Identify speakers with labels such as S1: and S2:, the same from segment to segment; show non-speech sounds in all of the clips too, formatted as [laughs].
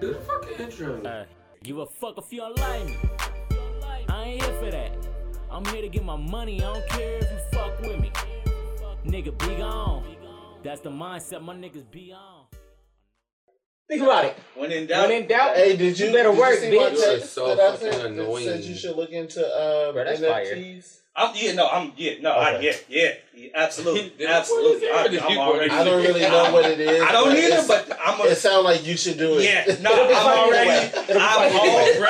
S1: Do the fucking intro.
S2: Hey, Uh, give a fuck if you don't like me. I ain't here for that. I'm here to get my money. I don't care if you fuck with me. Nigga, be gone. That's the mindset my niggas be on.
S3: Think about it.
S4: When in doubt,
S3: When in doubt,
S5: Hey, did you,
S3: You better
S5: did
S3: work,
S5: you see my
S3: bitch.
S5: text
S1: You're so
S5: that I
S1: fucking
S5: sent that
S1: annoying.
S5: Said you should look into uh,
S3: Bro, that's
S5: NFTs.
S4: I'm, yeah, no, I'm, yeah, no, I, yeah,
S5: Okay.
S4: yeah, yeah, absolutely,
S1: Then what is
S4: absolutely.
S1: there
S4: I,
S1: that
S4: I'm
S1: you
S4: already,
S1: want?
S5: I don't really know what it
S4: [laughs]
S5: is.
S4: I don't need
S5: it,
S4: it, but I'm
S5: it
S4: a,
S5: sounds like you should do it. [laughs]
S4: yeah, no,
S3: It'll be
S4: I'm
S3: fine
S4: already,
S3: anyway. It'll be
S4: I'm
S3: fine anyway.
S4: already
S1: No,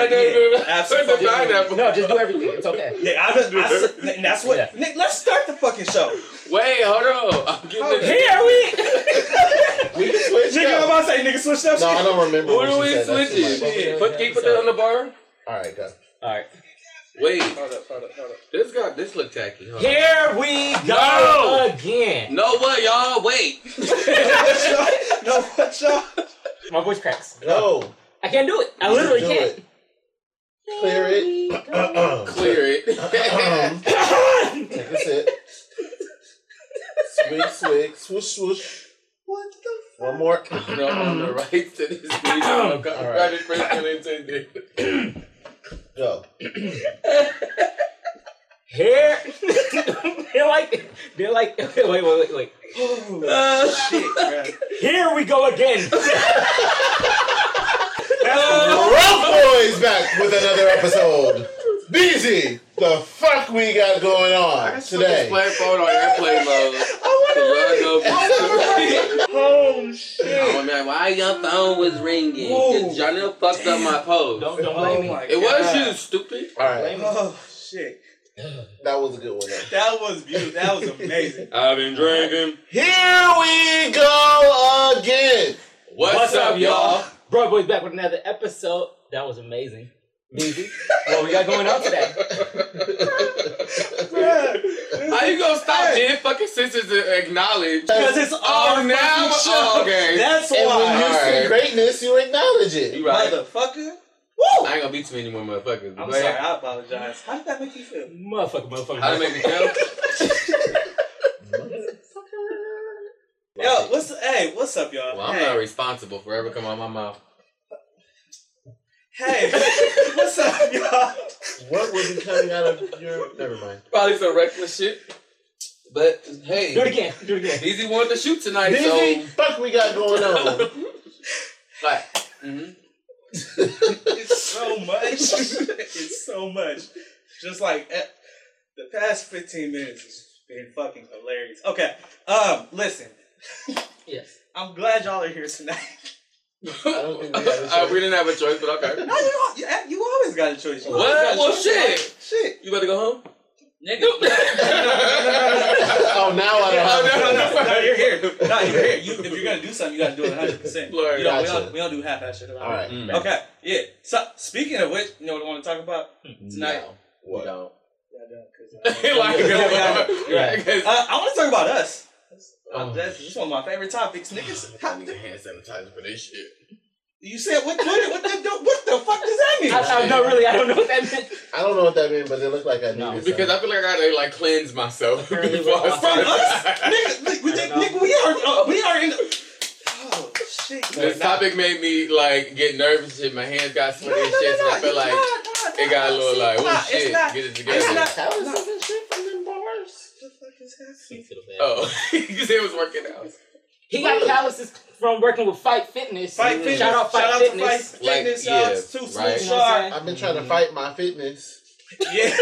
S1: no,
S4: there.
S1: no,
S4: Yeah,
S1: no.
S4: absolutely.
S1: Turn the pineapple.
S3: No, just do everything. It's okay.
S4: Yeah, I just, I, s- and that's what,
S3: Yeah.
S4: Nick, let's start the fucking show.
S1: Wait, hold on. I'm getting
S4: Here
S1: the-
S4: we,
S5: We can switch
S4: nigga, I'm
S5: up.
S4: about to say, nigga, switch that
S5: No, I
S4: shit.
S5: don't remember.
S1: What
S5: What
S1: are
S5: you
S1: we
S5: said. That's too much.
S1: switching? Put, can you put that on the bar?
S5: All right, go.
S3: All right.
S1: Wait,
S4: Hold up, hold up, hold up.
S1: this got this look tacky. Huh?
S3: Here we go
S1: No!
S3: again.
S1: No, what y'all? Wait.
S4: [laughs] No, what y'all?
S3: My voice cracks.
S5: No,
S3: I can't do it. I literally
S5: do
S3: can't.
S5: it. Clear it. Uh-uh.
S1: [laughs] Clear it.
S5: Um, Take a sip. Swig, swig, swoosh, swoosh.
S4: What the fuck?
S5: One more.
S1: No, on the rights to [laughs] this video. Copyright infringement intended.
S5: Go.
S3: Here. they're like, [laughs] they're like, [laughs] wait, wait, wait, wait.
S1: Uh,
S4: Shit, bruh.
S3: Here we go again.
S5: Rough Boys back with another episode. BZ, the fuck we got going on
S1: Put this
S5: today?
S1: platform on airplane mode. I want to
S4: Oh, shit.
S1: Oh man, why your phone was ringing?
S4: Whoa.
S1: Janelle fucked up my pose.
S3: [laughs] Don't, don't blame
S4: Oh
S3: me.
S4: my
S1: it was
S4: God.
S1: you, stupid.
S5: All right,
S4: Oh, shit.
S5: that was a good one. though.
S4: That was beautiful. That was
S1: [laughs]
S4: amazing.
S1: I've been drinking.
S5: Here we go again.
S1: What's, up, y'all?
S3: Bro, boys, back with another episode. That was amazing. Busy. what we got going on [laughs] today?
S1: How you gonna stop being fucking sisters to acknowledge?
S4: Because it's
S1: Oh,
S4: our
S1: now,
S4: fucking show.
S1: oh, okay.
S4: That's
S5: And when you
S4: why.
S5: see
S1: Alright.
S5: greatness, you acknowledge it.
S1: You right.
S4: Motherfucker.
S1: I ain't gonna be too many more motherfuckers.
S4: I'm
S1: Go
S4: sorry,
S1: ahead.
S4: I apologize. How did that make you feel?
S3: Motherfucker, motherfucker.
S1: How to make me feel?
S4: Yo, what's hey, what's up, y'all?
S1: Well, I'm
S4: hey,
S1: not responsible for ever come out my mouth.
S4: hey, [laughs] what's up, y'all?
S5: What would be coming out of your? Never mind.
S1: Probably some reckless shit. But hey,
S3: Do it again. Do it again.
S1: Easy wanted to shoot tonight,
S5: BZ, fuck we got going on.
S1: so like, mhm.
S4: It's so much. it's so much. Just like eh, the past 15 minutes has been fucking hilarious. Okay, um, listen,
S3: Yes.
S4: [laughs] I'm glad y'all are here tonight. [laughs]
S5: don't think we had a
S1: [laughs] Uh,
S5: choice.
S1: we didn't have a choice, but [laughs] okay.
S4: No, you don't. You, you always got a choice. You
S1: What?
S4: always got a
S1: Well,
S4: choice.
S1: shit.
S4: shit,
S1: You better go home.
S4: nigga.
S1: [laughs]
S5: oh, now I don't
S1: Oh,
S5: have.
S4: No,
S5: a
S4: no, no, you're here. No, you're here. You, if you're gonna do something, you gotta do it 100. percent You know,
S1: Blur,
S4: we
S5: gotcha.
S4: don't, we don't do half-ass shit.
S5: All right.
S1: Mm.
S4: Okay. Yeah. So speaking of which, you know what I want to talk about? Tonight.
S1: No, we
S5: What?
S1: don't. [laughs]
S4: Yeah,
S1: like,
S4: yeah,
S1: [laughs]
S3: yeah.
S1: Cause-
S4: Uh, I want to talk about us.
S1: Oh.
S4: Uh, that's just one of my favorite topics, niggas.
S1: I
S4: How,
S1: need a hand sanitizer for this shit.
S4: you said what? What, what, the, what the fuck does that mean?
S3: I, I, no, really, I don't know what that meant.
S5: I don't know what that means, but it looked like I
S3: No.
S5: needed
S1: Because I feel like I gotta like cleanse myself [laughs] before
S3: Apparently we're
S1: I
S3: all-
S4: From us,
S1: [laughs] start.
S4: nigga,
S3: I
S4: like, we,
S3: don't
S4: just-
S3: know.
S4: nigga, we are, uh, we are in. Oh shit!
S1: This topic made me like get nervous and shit. My hands got
S4: No, no,
S1: sweaty
S4: no,
S1: and shit, so
S4: no,
S1: I felt
S4: nah,
S1: like
S4: nah,
S1: it got a
S4: nah,
S1: little
S4: see,
S1: like,
S4: nah,
S1: oh
S4: it's
S1: shit,
S4: not-
S1: get it
S4: it's
S1: together.
S4: not-
S5: How is
S4: nah.
S5: this some shit from them bars?
S4: What the fuck is happening?
S1: Oh, [laughs] you said it was working out.
S3: He got calluses from working with Fight Fitness.
S4: Fight
S3: Mm.
S4: fitness.
S3: Shout out Fight Fitness.
S4: to Fight
S1: Like,
S4: Fitness.
S1: yeah,
S4: shout out to
S1: right.
S4: Smooth
S3: You know what I'm
S4: Shark.
S3: saying?
S5: I've been trying to fight my fitness.
S1: [laughs]
S4: Yeah,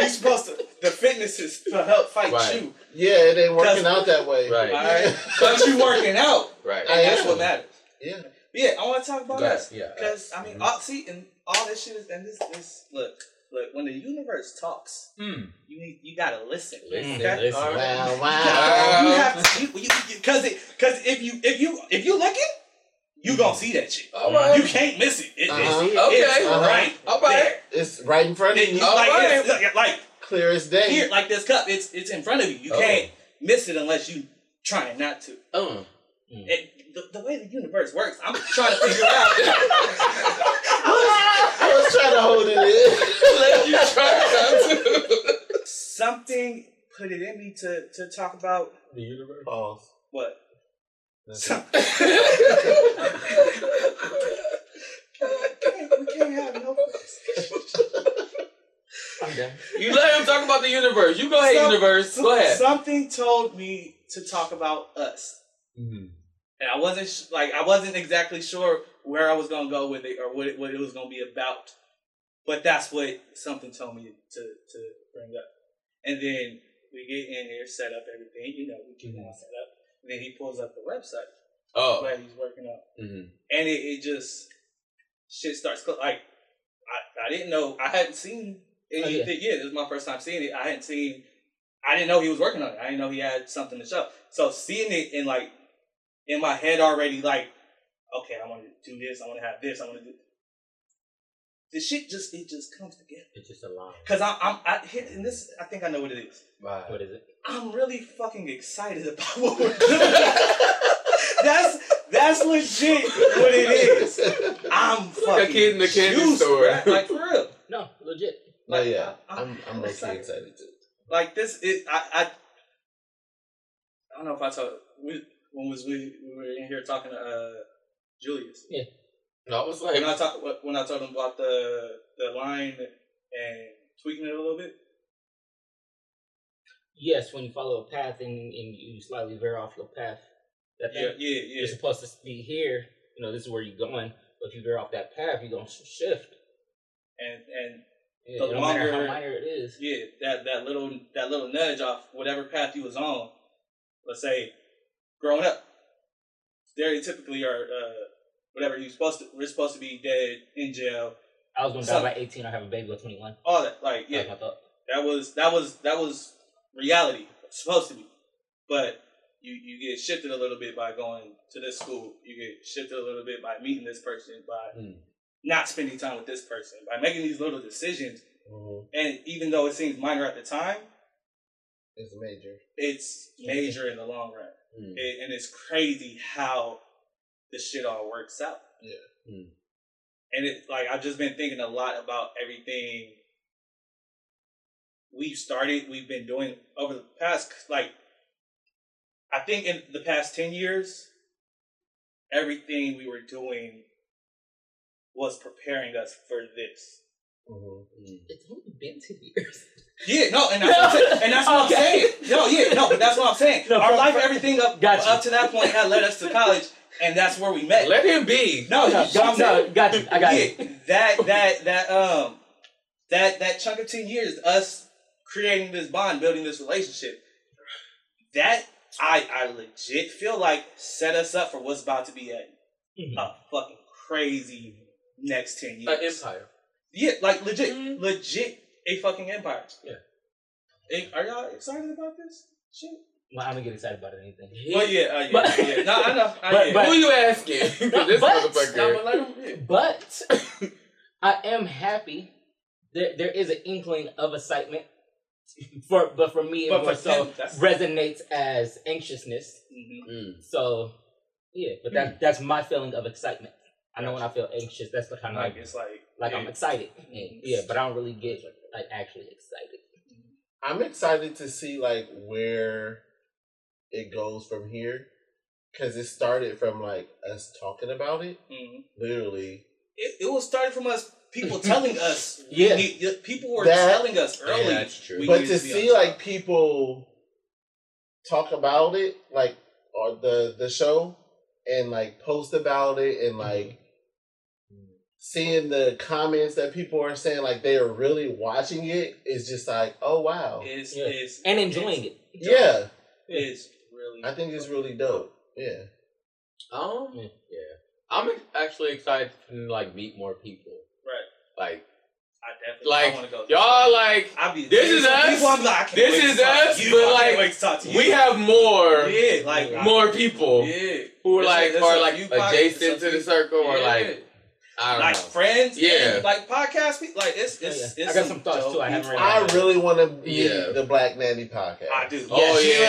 S4: you supposed to. The fitness is to help fight
S1: Right.
S4: you.
S5: Yeah, it ain't working
S4: That's-
S5: out that way.
S1: Right.
S4: All
S5: [laughs]
S4: right, but you working out.
S1: Right.
S5: I
S4: That's
S5: am.
S4: what matters.
S5: Yeah.
S4: Yeah, I want to talk about
S1: Right,
S4: us.
S1: yeah, Mm-hmm.
S4: Because, I mean, all, see, and all this shit is, and this, this, look, look, when the universe talks,
S1: Mm.
S4: you need, you gotta listen.
S1: Listen,
S4: okay?
S1: listen.
S4: All right.
S5: Wow,
S4: You
S5: wow.
S4: [laughs] gotta- you have to, you, because it, because if you, if you, if you looking, you gonna see that shit.
S1: All right.
S4: You can't miss it. It-
S5: Uh-huh.
S4: it's,
S1: Uh-huh. Okay.
S4: it's
S5: Uh-huh.
S4: right.
S1: All right.
S4: there.
S5: It's right in front of
S4: It-
S5: you.
S1: Oh.
S4: like,
S1: Alright.
S4: it's, like, like,
S5: Clear as day.
S4: here, like this cup, it's, it's in front of you. You
S1: Oh.
S4: can't miss it unless you trying not to.
S1: Oh.
S4: It, the, the way the universe works, I'm trying to figure out. [laughs]
S5: I was trying to hold it in.
S1: Let you try that too.
S4: something put it in me to to talk about
S1: The universe.
S5: Pause.
S4: [laughs]
S1: [laughs]
S4: what.
S5: That's-
S4: Some-
S6: talk about the universe. You go ahead,
S4: Some-
S6: universe.
S4: some-
S6: Go ahead.
S4: Something told me to talk about us,
S1: Mm-hmm.
S4: and I wasn't sh- like I wasn't exactly sure where I was gonna go with it or what it, what it was gonna be about. But that's what something told me to to bring up. And then we get in there, set up everything. You know, we keep on set up. And then he pulls up the website
S6: oh.
S4: where he's working on
S6: Mhm.
S4: and it, it just shit starts cl- like I, I didn't know I hadn't seen it,
S3: Oh, yeah.
S4: yeah. this is my first time seeing it I hadn't seen I didn't know he was working on it I didn't know he had something to show so seeing it in like in my head already like okay I want to do this I want to have this I want to do the shit just it just comes together
S3: It's just a line.
S4: because I'm I'm I, hit- and this I think I know what it is
S3: What is it?
S4: I'm really fucking excited about what we're doing [laughs] that's that's legit [laughs] what it is. I'm fucking
S6: Like a kid in the candy
S4: juiced,
S6: store.
S4: bruh.
S6: [laughs]
S4: Like for real.
S3: No, legit.
S5: [laughs] But yeah,
S4: I-
S5: I'm I'm
S4: Uh-huh. I'm
S5: low-key
S4: excited.
S5: excited too.
S4: Like this is I I, I don't know if I told we, when was we we were in here talking to uh, Julius
S6: No, I was like,
S4: when I talk when I told him about the the line and tweaking it a little bit.
S3: Yes, when you follow a path and, and you slightly veer off your path, that thing,
S4: Yeah, yeah,
S3: you're
S4: yeah.
S3: supposed to be here. You know, this is where you're going. But if you veer off that path, you're gonna sh- shift.
S4: And and
S3: It,
S4: The
S3: it don't matter how
S4: longer-
S3: minor it is.
S4: yeah, that that little that little nudge off whatever path you was on. Let's say, growing up, there typically are uh, whatever you supposed to. We're supposed to be dead in jail,
S3: I was gonna
S4: Some-
S3: die by 18 or have a baby by 21.
S4: all that. Like
S3: Yeah,
S4: yeah,
S3: that was my thought.
S4: that was that was that was reality supposed to be, but you you get shifted a little bit by going to this school. You get shifted a little bit by meeting this person, by
S5: Mm.
S4: not spending time with this person, by making these little decisions.
S5: Mm-hmm.
S4: And even though it seems minor at the time,
S5: It's major.
S4: it's major in the long run.
S5: Mm.
S4: It, and it's crazy how the shit all works out.
S5: Yeah. Mm.
S4: And it's like I've just been thinking a lot about everything we've started, we've been doing over the past like I think in the past 10 years everything we were doing was preparing us for this.
S3: It's only been two years.
S4: Yeah, no, and that's what I'm saying. And that's what
S3: Okay.
S4: I'm saying. No, yeah, no, but that's what I'm saying.
S3: No,
S4: Our
S3: from-
S4: life,
S3: from-
S4: everything up
S3: Gotcha.
S4: up to that point had led us to college, and that's where we met.
S6: let him be.
S4: no, you- I'm saying-
S3: got you.
S4: yeah, that that that um that that chunk of ten years, us creating this bond, building this relationship, that I I legit feel like set us up for what's about to be a, a
S3: Mm-hmm.
S4: fucking crazy next ten years.
S6: An empire.
S4: Yeah, like legit,
S6: Mhm.
S4: legit a fucking empire.
S6: Yeah.
S4: Hey, are y'all excited about this shit?
S3: Well, I don't get excited about anything.
S4: [laughs] Well, yeah, uh, yeah,
S3: But-
S4: yeah. No, I know.
S6: [laughs]
S4: I,
S3: But-
S4: yeah.
S3: but-
S6: Who you asking? [laughs] 'Cause this
S3: But-
S6: motherfucker.
S4: but let 'em- yeah. [laughs]
S3: But I am happy. There, there is an inkling of excitement. For but for me, it
S4: But
S3: more
S4: for
S3: so
S4: him, that's-
S3: resonates as anxiousness.
S4: Mhm.
S3: Mm. So yeah, but that
S4: Mm.
S3: that's my feeling of excitement. I know when I feel anxious, that's the kind of
S4: Like
S3: like,
S4: it's like
S3: like
S4: yeah.
S3: I'm excited.
S4: Mhm.
S3: Yeah, but I don't really get like actually excited.
S5: I'm excited to see like where it goes from here because it started from like us talking about it,
S4: Mhm.
S5: literally.
S4: It, it was started from us people
S6: [laughs]
S4: telling us.
S3: Yeah.
S4: we- yeah, people were
S5: That-
S4: telling us early.
S6: Yeah, that's true.
S4: we
S5: but
S4: needed
S5: to
S4: be
S5: see
S4: on top.
S5: like people talk about it, like or the the show, and like post about it,
S4: Mm-hmm.
S5: and like seeing the comments that people are saying, like they are really watching it, is just like, oh wow,
S4: is
S3: Yeah.
S4: is
S3: and enjoying it.
S5: yeah.
S4: is really.
S5: I think it's really dope. Yeah.
S6: Um,
S3: Yeah.
S6: yeah. I'm ex- actually excited to like meet more people.
S4: Right.
S6: Like
S4: I definitely
S6: Like,
S4: want to go.
S6: y'all, like
S4: I be
S6: this is
S4: some
S6: us.
S4: people I'm like, I can't
S6: This
S4: wait to
S6: is
S4: talk to
S6: us,
S4: you.
S6: but,
S4: I can't
S6: like,
S4: wait to talk to you.
S6: we have more,
S4: yeah, like I-
S6: more people
S4: yeah.
S6: who are
S4: It's
S6: like
S4: a- it's
S6: are
S4: a
S6: like
S4: few pockets,
S6: adjacent
S4: it's a
S6: to the
S4: few-
S6: circle or
S4: Yeah.
S6: like I don't
S4: like
S6: know.
S4: friends,
S6: Yeah.
S4: and, like podcast people. Like it's
S3: Yeah,
S4: it's.
S3: yeah.
S4: it's
S3: I got some thoughts,
S4: dope
S3: too, I haven't
S4: people.
S3: read.
S5: I really want to meet
S6: Yeah.
S5: the Black Nanny podcast.
S4: I do.
S6: Oh,
S4: she
S6: yeah,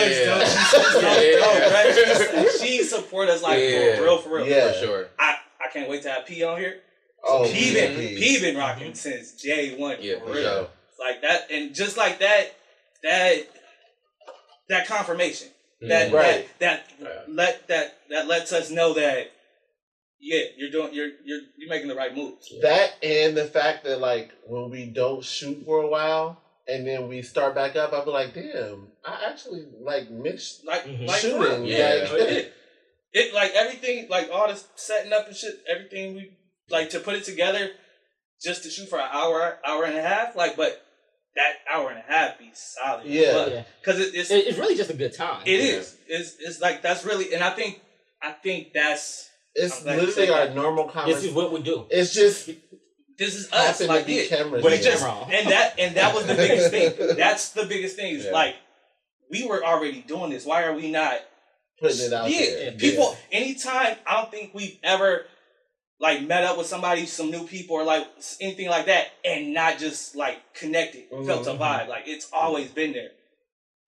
S6: yeah. [laughs]
S4: looks dope. [laughs] She's dope,
S6: Yeah, yeah.
S4: dope, [laughs] right? She's- She support us like
S6: Yeah.
S4: for real, for real.
S5: Yeah.
S6: for sure.
S4: I, I can't wait to have P on here.
S5: Oh,
S4: P
S5: yeah,
S4: been
S5: P.
S4: P been rocking
S3: Mm-hmm.
S4: since J one
S6: Yeah,
S4: for
S6: for
S4: real.
S6: sure.
S4: Like that, and just like that, that that confirmation that
S6: Mhm.
S5: Right.
S4: that that
S6: Yeah.
S4: let that that lets us know that yeah, you're doing you're you're you're making the right moves.
S5: That and the fact that like when we don't shoot for a while and then we start back up, I'll be like, damn, I actually like mixed
S4: Like,
S3: Mhm.
S4: like
S5: Shooting,
S4: shooting.
S6: yeah.
S4: But it, it like everything, like all this setting up and shit, everything we like to put it together just to shoot for an hour, hour and a half. Like, but that hour and a half be solid.
S5: Yeah.
S3: Yeah.
S4: because it, it's
S3: It- it's really just a good time.
S4: It is. It's it's like that's really, and I think I think that's
S5: It's
S4: I'm glad you
S5: literally
S4: said
S5: our
S4: that.
S5: normal
S3: This is
S5: conversation.
S3: what we do.
S5: It's just
S4: this is us.
S5: happened to
S4: Like
S5: be
S4: it,
S5: cameras.
S3: With
S4: we
S3: a
S5: there.
S4: just
S3: camera on.
S4: and that and that was the biggest
S5: [laughs]
S4: thing. That's the biggest thing. Is
S6: Yeah.
S4: like we were already doing this. Why are we not?
S5: putting it out
S4: yeah,
S5: there.
S4: people. Anytime I don't think we've ever like met up with somebody, some new people, or like s- anything like that, and not just like connected, felt a
S5: Mhm.
S4: vibe. Like it's always been there.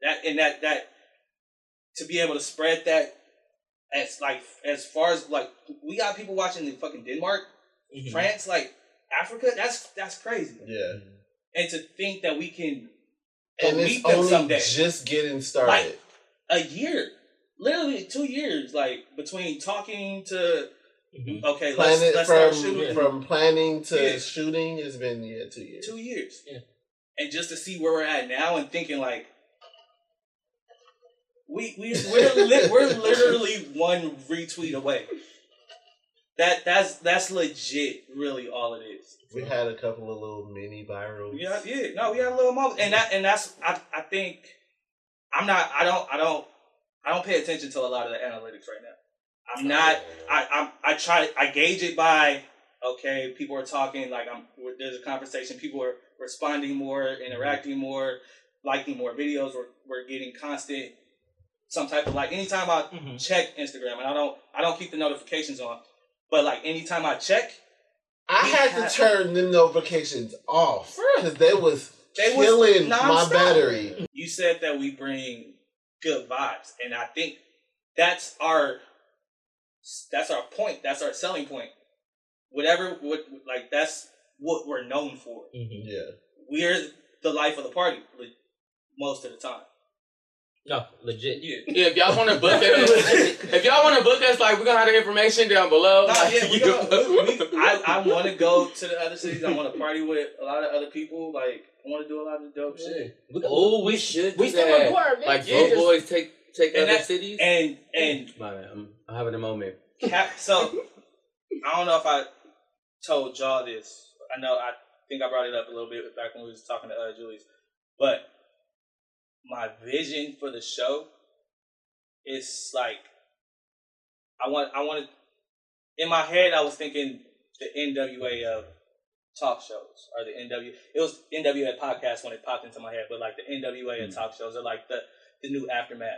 S4: That and that that to be able to spread that as like as far as like we got people watching in fucking Denmark,
S3: Mhm.
S4: France, like Africa. That's that's crazy.
S5: Mm-hmm. Yeah.
S4: And to think that we can
S5: yeah. And
S4: Go
S5: it's
S4: meet them
S5: only
S4: someday.
S5: just getting started.
S4: a year, literally two years, like between talking to
S3: Mhm.
S4: okay, let's
S5: Planning
S4: let's start
S5: from
S4: shooting.
S5: from planning to
S4: Yeah.
S5: shooting has been yeah two years.
S4: two years.
S3: Yeah.
S4: And just to see where we're at now and thinking like we we we're [laughs] li- we're literally one retweet away. That that's that's legit really all it is.
S5: We had a couple of little mini virals.
S4: Yeah, yeah. No, we had a little moment and that and that's I I think I'm not I don't I don't I don't pay attention to a lot of the analytics right now. I'm not I I, I try I gauge it by okay people are talking like I'm we're- there's a conversation people are responding more interacting more liking more videos we're, we're getting constant some type of like anytime I
S3: Mhm.
S4: check Instagram and I don't I don't keep the notifications on but like anytime I check
S5: I
S4: We
S5: had
S4: had-
S5: to turn the notifications off
S4: For real.
S5: because they was
S4: They was
S5: killing my
S4: nonstop.
S5: battery.
S4: you said that we bring good vibes and I think that's our that's our point that's our selling point whatever what like that's what we're known for
S3: Mhm.
S5: Yeah,
S4: we're the life of the party like, most of the time.
S3: No, legit.
S4: Yeah.
S6: Yeah, if y'all want to book us,
S4: [laughs]
S6: if y'all want to book us, like we're gonna have the information down below.
S4: Nah,
S6: Like,
S4: yeah, we
S6: you can [laughs]
S4: go,
S6: book-
S4: we- [laughs] I, I want to go to the other cities. I want to party with a lot of other people. Like, I want to do a lot of dope shit.
S3: We,
S6: oh, we should.
S3: we
S6: do
S3: still
S6: that.
S3: on board, man.
S6: Like,
S3: Yeah,
S6: Vote
S3: just-
S6: boys take take
S4: And
S6: other
S4: that-
S6: cities.
S4: And and
S6: My bad, I'm, I'm having a moment.
S4: cap, so I don't know if I told y'all this. I know I think I brought it up a little bit back when we was talking to uh, Julius, but my vision for the show is like I want I want to. In my head, I was thinking the NWA of talk shows or the NW. It was NWA podcast when it popped into my head, but like the NWA of talk shows are like the the new aftermath,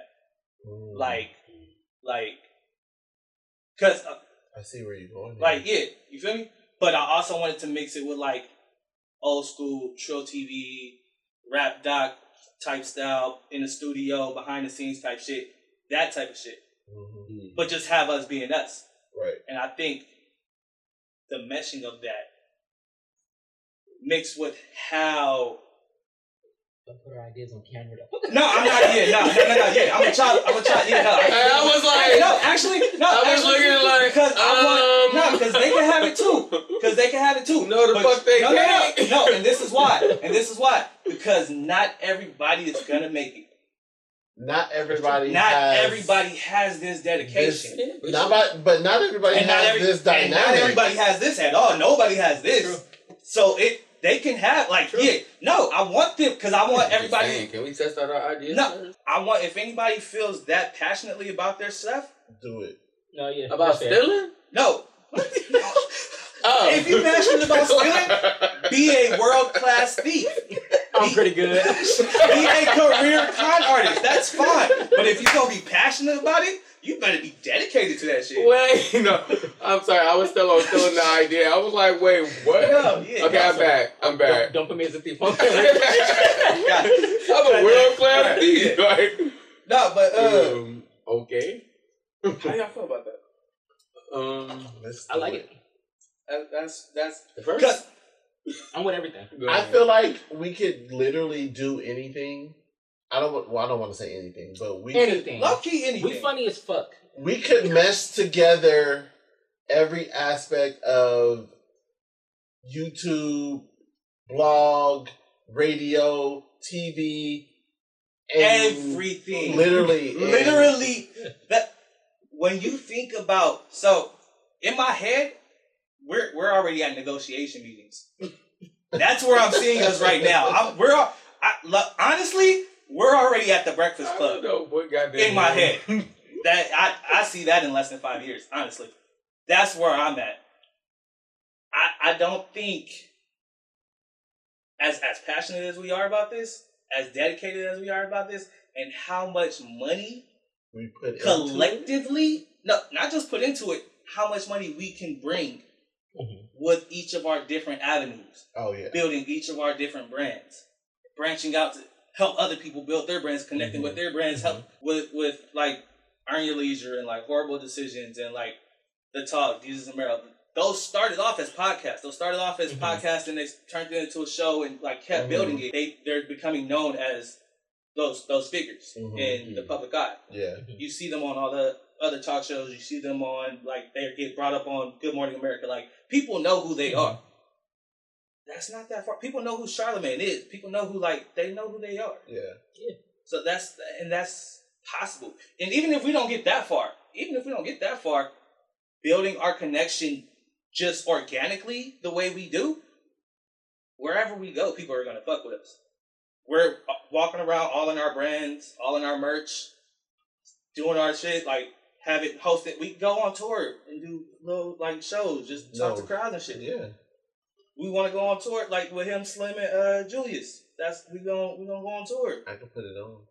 S5: Mm,
S4: like like because
S5: I see where you're going.
S4: like yeah, you feel me? But I also wanted to mix it with like old school Trill TV, rap doc type style in the studio, behind the scenes type shit, that type of shit.
S5: Mhm.
S4: But just have us being us.
S5: right.
S4: And I think the meshing of that mixed with how
S3: Don't put our ideas on camera.
S4: No, I'm not yeah, no, no, no, no, yeah. I'm a child I'm a child yeah, no.
S6: And I was like,
S4: no, actually, no.
S6: I was
S4: actually,
S6: looking at like,
S4: because I want
S6: um,
S4: no, because they can have it too. Because they can have it too.
S6: No, the fuck they
S4: no, No,
S6: can't.
S4: no, no, and this is why. And this is why. Because not everybody is gonna make it.
S5: Not everybody.
S4: not
S5: has,
S4: everybody has this dedication.
S6: Yeah, we
S5: Not
S6: should.
S5: by, but not everybody
S4: and not,
S5: has
S4: every,
S5: this
S4: and
S5: dynamic.
S4: not everybody has this at all. Nobody has this. So it they can have like yeah. No, I want them because I want everybody.
S6: Dang, Can we test out our ideas?
S4: No.
S6: first?
S4: I want if anybody feels that passionately about their stuff.
S5: Do it.
S3: No, yeah.
S6: About
S3: that's fair.
S6: stealing? [laughs]
S4: No, [laughs]
S6: Oh.
S4: if you're passionate about stealing,
S6: [laughs]
S4: be a world class thief.
S3: I'm pretty good.
S4: Be a career con artist. That's fine. But if you're gonna be passionate about it, you better be dedicated to that shit.
S6: Wait, no. I'm sorry. I was still on still the idea. I was like, wait, what?
S4: No, yeah,
S6: okay,
S4: no,
S6: I'm
S4: so-
S6: back. I'm back.
S3: Don't, don't
S4: [laughs]
S3: put me as a thief.
S4: God.
S6: [laughs] I'm a world class
S4: Alright,
S6: thief. Like,
S4: No, but uh,
S6: um, okay.
S4: how y'all feel about that?
S6: Um,
S5: Let's
S3: I
S5: do
S3: like it.
S4: that that's that's
S6: the
S4: because
S3: I'm with everything.
S6: Go
S5: I
S6: ahead.
S5: feel like we could literally do anything. I don't. wa- Well, I don't want to say anything, but we could
S3: Anything.
S4: low key anything.
S3: We funny as fuck.
S5: we could mesh together every aspect of YouTube, blog, radio, TV,
S4: Everything.
S5: literally, and-
S4: literally that when you think about so in my head we're we're already at negotiation meetings that's where i'm seeing us right now I'm, we're al- I, lo- honestly we're already at the breakfast
S6: I don't
S4: club
S6: know what goddamn
S4: in my head
S6: [laughs]
S4: that I, I see that in less than five years honestly that's where i'm at i i don't think as as passionate as we are about this as dedicated as we are about this and how much money
S5: we put into it.
S4: collectively, no, not just put into it, how much money we can bring
S5: Mm-hmm.
S4: with each of our different avenues,
S5: Oh yeah,
S4: building each of our different brands, branching out to help other people build their brands, connecting
S5: Mm-hmm.
S4: with their brands, help with with like earn your leisure and like horrible decisions and like the talk, Jesus and Meryl. Those started off as podcasts. Those started off
S5: Mm-hmm.
S4: as podcasts, and they turned it into a show, and like kept
S5: Mhm.
S4: building it. They they're becoming known as those those figures
S5: Mhm.
S4: in the public eye.
S5: yeah.
S4: Mm-hmm. You see them on all the other talk shows. You see them on like they get brought up on Good Morning America. Like people know who they are. That's not that far. People know who Charlemagne is. People know who like they know who they are.
S5: Yeah,
S4: So that's and that's possible. And even if we don't get that far, even if we don't get that far, building our connection just organically the way we do, wherever we go, people are gonna fuck with us. We're walking around all in our brands, all in our merch, doing our shit, like have it hosted. We go on tour and do little like shows, just talk
S5: No.
S4: to crowds and shit.
S5: yeah.
S4: We want to go on tour like with him, Slim and uh, Julius. That's we gonna we gonna go on tour.
S5: I can put it on.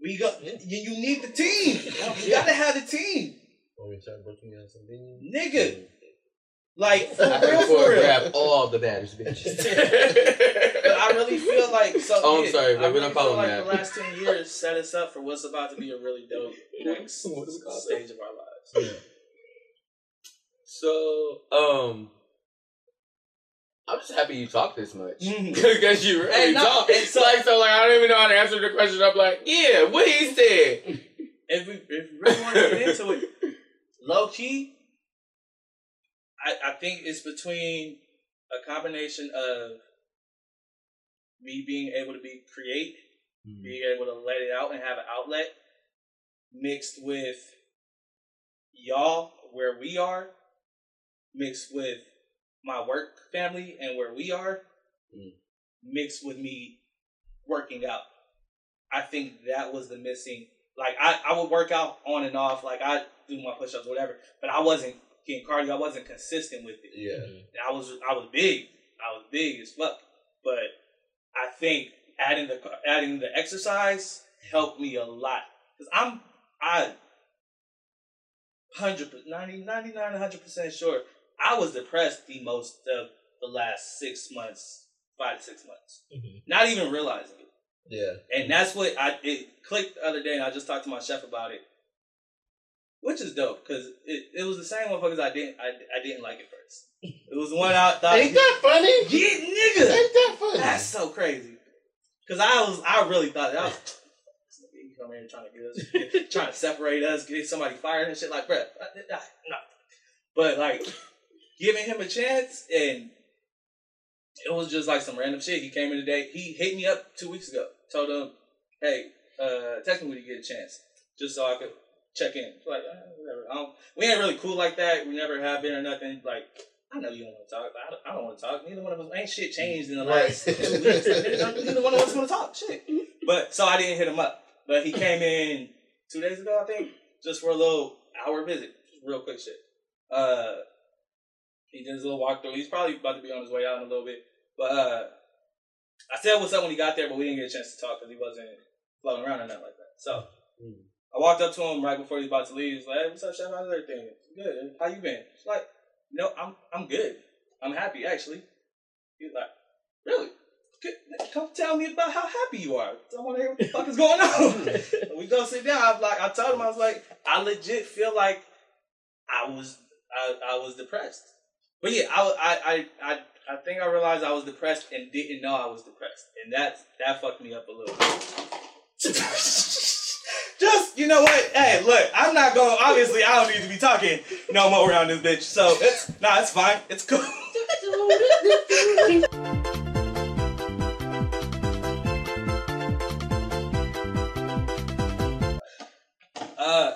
S4: We got
S3: Yeah.
S4: you, you need the team. You gotta have the team.
S5: When we start booking out some venues,
S4: Nigga. Like
S1: [laughs]
S4: for
S1: I
S4: real,
S1: can
S4: for
S1: forward
S4: real.
S1: grab all
S6: [laughs]
S1: the baddest bitches.
S4: But I really feel like so
S1: Oh, I'm
S4: yeah,
S1: sorry, but
S4: I
S1: we don't
S4: really
S1: call
S4: feel
S1: him
S4: like
S1: that.
S4: the last ten years set us up for what's about to be a really dope
S6: [laughs]
S4: next
S6: What's it called?
S4: stage of our lives.
S1: So, um, I'm just happy you talk this much.
S4: Mhm.
S1: Because you really
S4: And no,
S1: talk.
S4: and
S1: It's like, so like, I don't even know how to answer the question. I'm like, yeah, what he said.
S4: If we if we really want to get into it, low key, I, I think it's between a combination of me being able to be create, being able to let it out and have an outlet, mixed with y'all where we are, mixed with my work family and where we are,
S1: Mm.
S4: mixed with me working out. I think that was the missing. Like I, I would work out on and off. Like I do my push ups, whatever. But I wasn't getting cardio. I wasn't consistent with it.
S5: yeah.
S4: And I was I was big. I was big as fuck. But I think adding the adding the exercise helped me a lot because I'm I hundred 99 100 percent sure I was depressed the most of the last six months, five to six months, not even realizing it.
S5: Yeah,
S4: And that's what I it clicked the other day, and I just talked to my chef about it, which is dope because it, it was the same motherfuckers I didn't I, I didn't like at first. It was the one I thought
S5: ain't that funny? Ain't
S4: yeah nigga
S5: that funny?
S4: that's so crazy because I was I really thought that I was this nigga, he come here trying to get us trying to separate us get somebody fired and shit like bruh, I- I- no but like giving him a chance and it was just like some random shit. He came in today. He hit me up two weeks ago. Told him, "Hey, uh, text me when you get a chance, just so I could check in." It's Like, uh, whatever. I don't, we ain't really cool like that. We never have been or nothing. Like, I know you don't want to talk. I don't, I don't want to talk. Neither one of us ain't shit changed in the
S5: Right.
S4: last two weeks. Neither one of us want to talk. Shit. But so I didn't hit him up. But he came in two days ago, I think, just for a little hour visit, real quick shit. Uh, he did his little walkthrough. He's probably about to be on his way out in a little bit. But uh, I said what's up when he got there, but we didn't get a chance to talk because he wasn't floating around or nothing like that. So I walked up to him right before he was about to leave. He's like, hey, what's up, Chef? How's everything? Good. How you been? He's like, no, I'm I'm good. I'm happy, actually. He's like, really? Good. Come tell me about how happy you are. I want to hear what the fuck is going on. we go sit down. I was like, I told him, I was like, I legit feel like I was I, I was depressed. But yeah, I, I, I, I, I think I realized I was depressed and didn't know I was depressed, and that's that fucked me up a little bit. [laughs] Just you know what? Hey, look, I'm not going. to Obviously, I don't need to be talking no more around this bitch. So it's nah, it's fine. It's cool. Uh,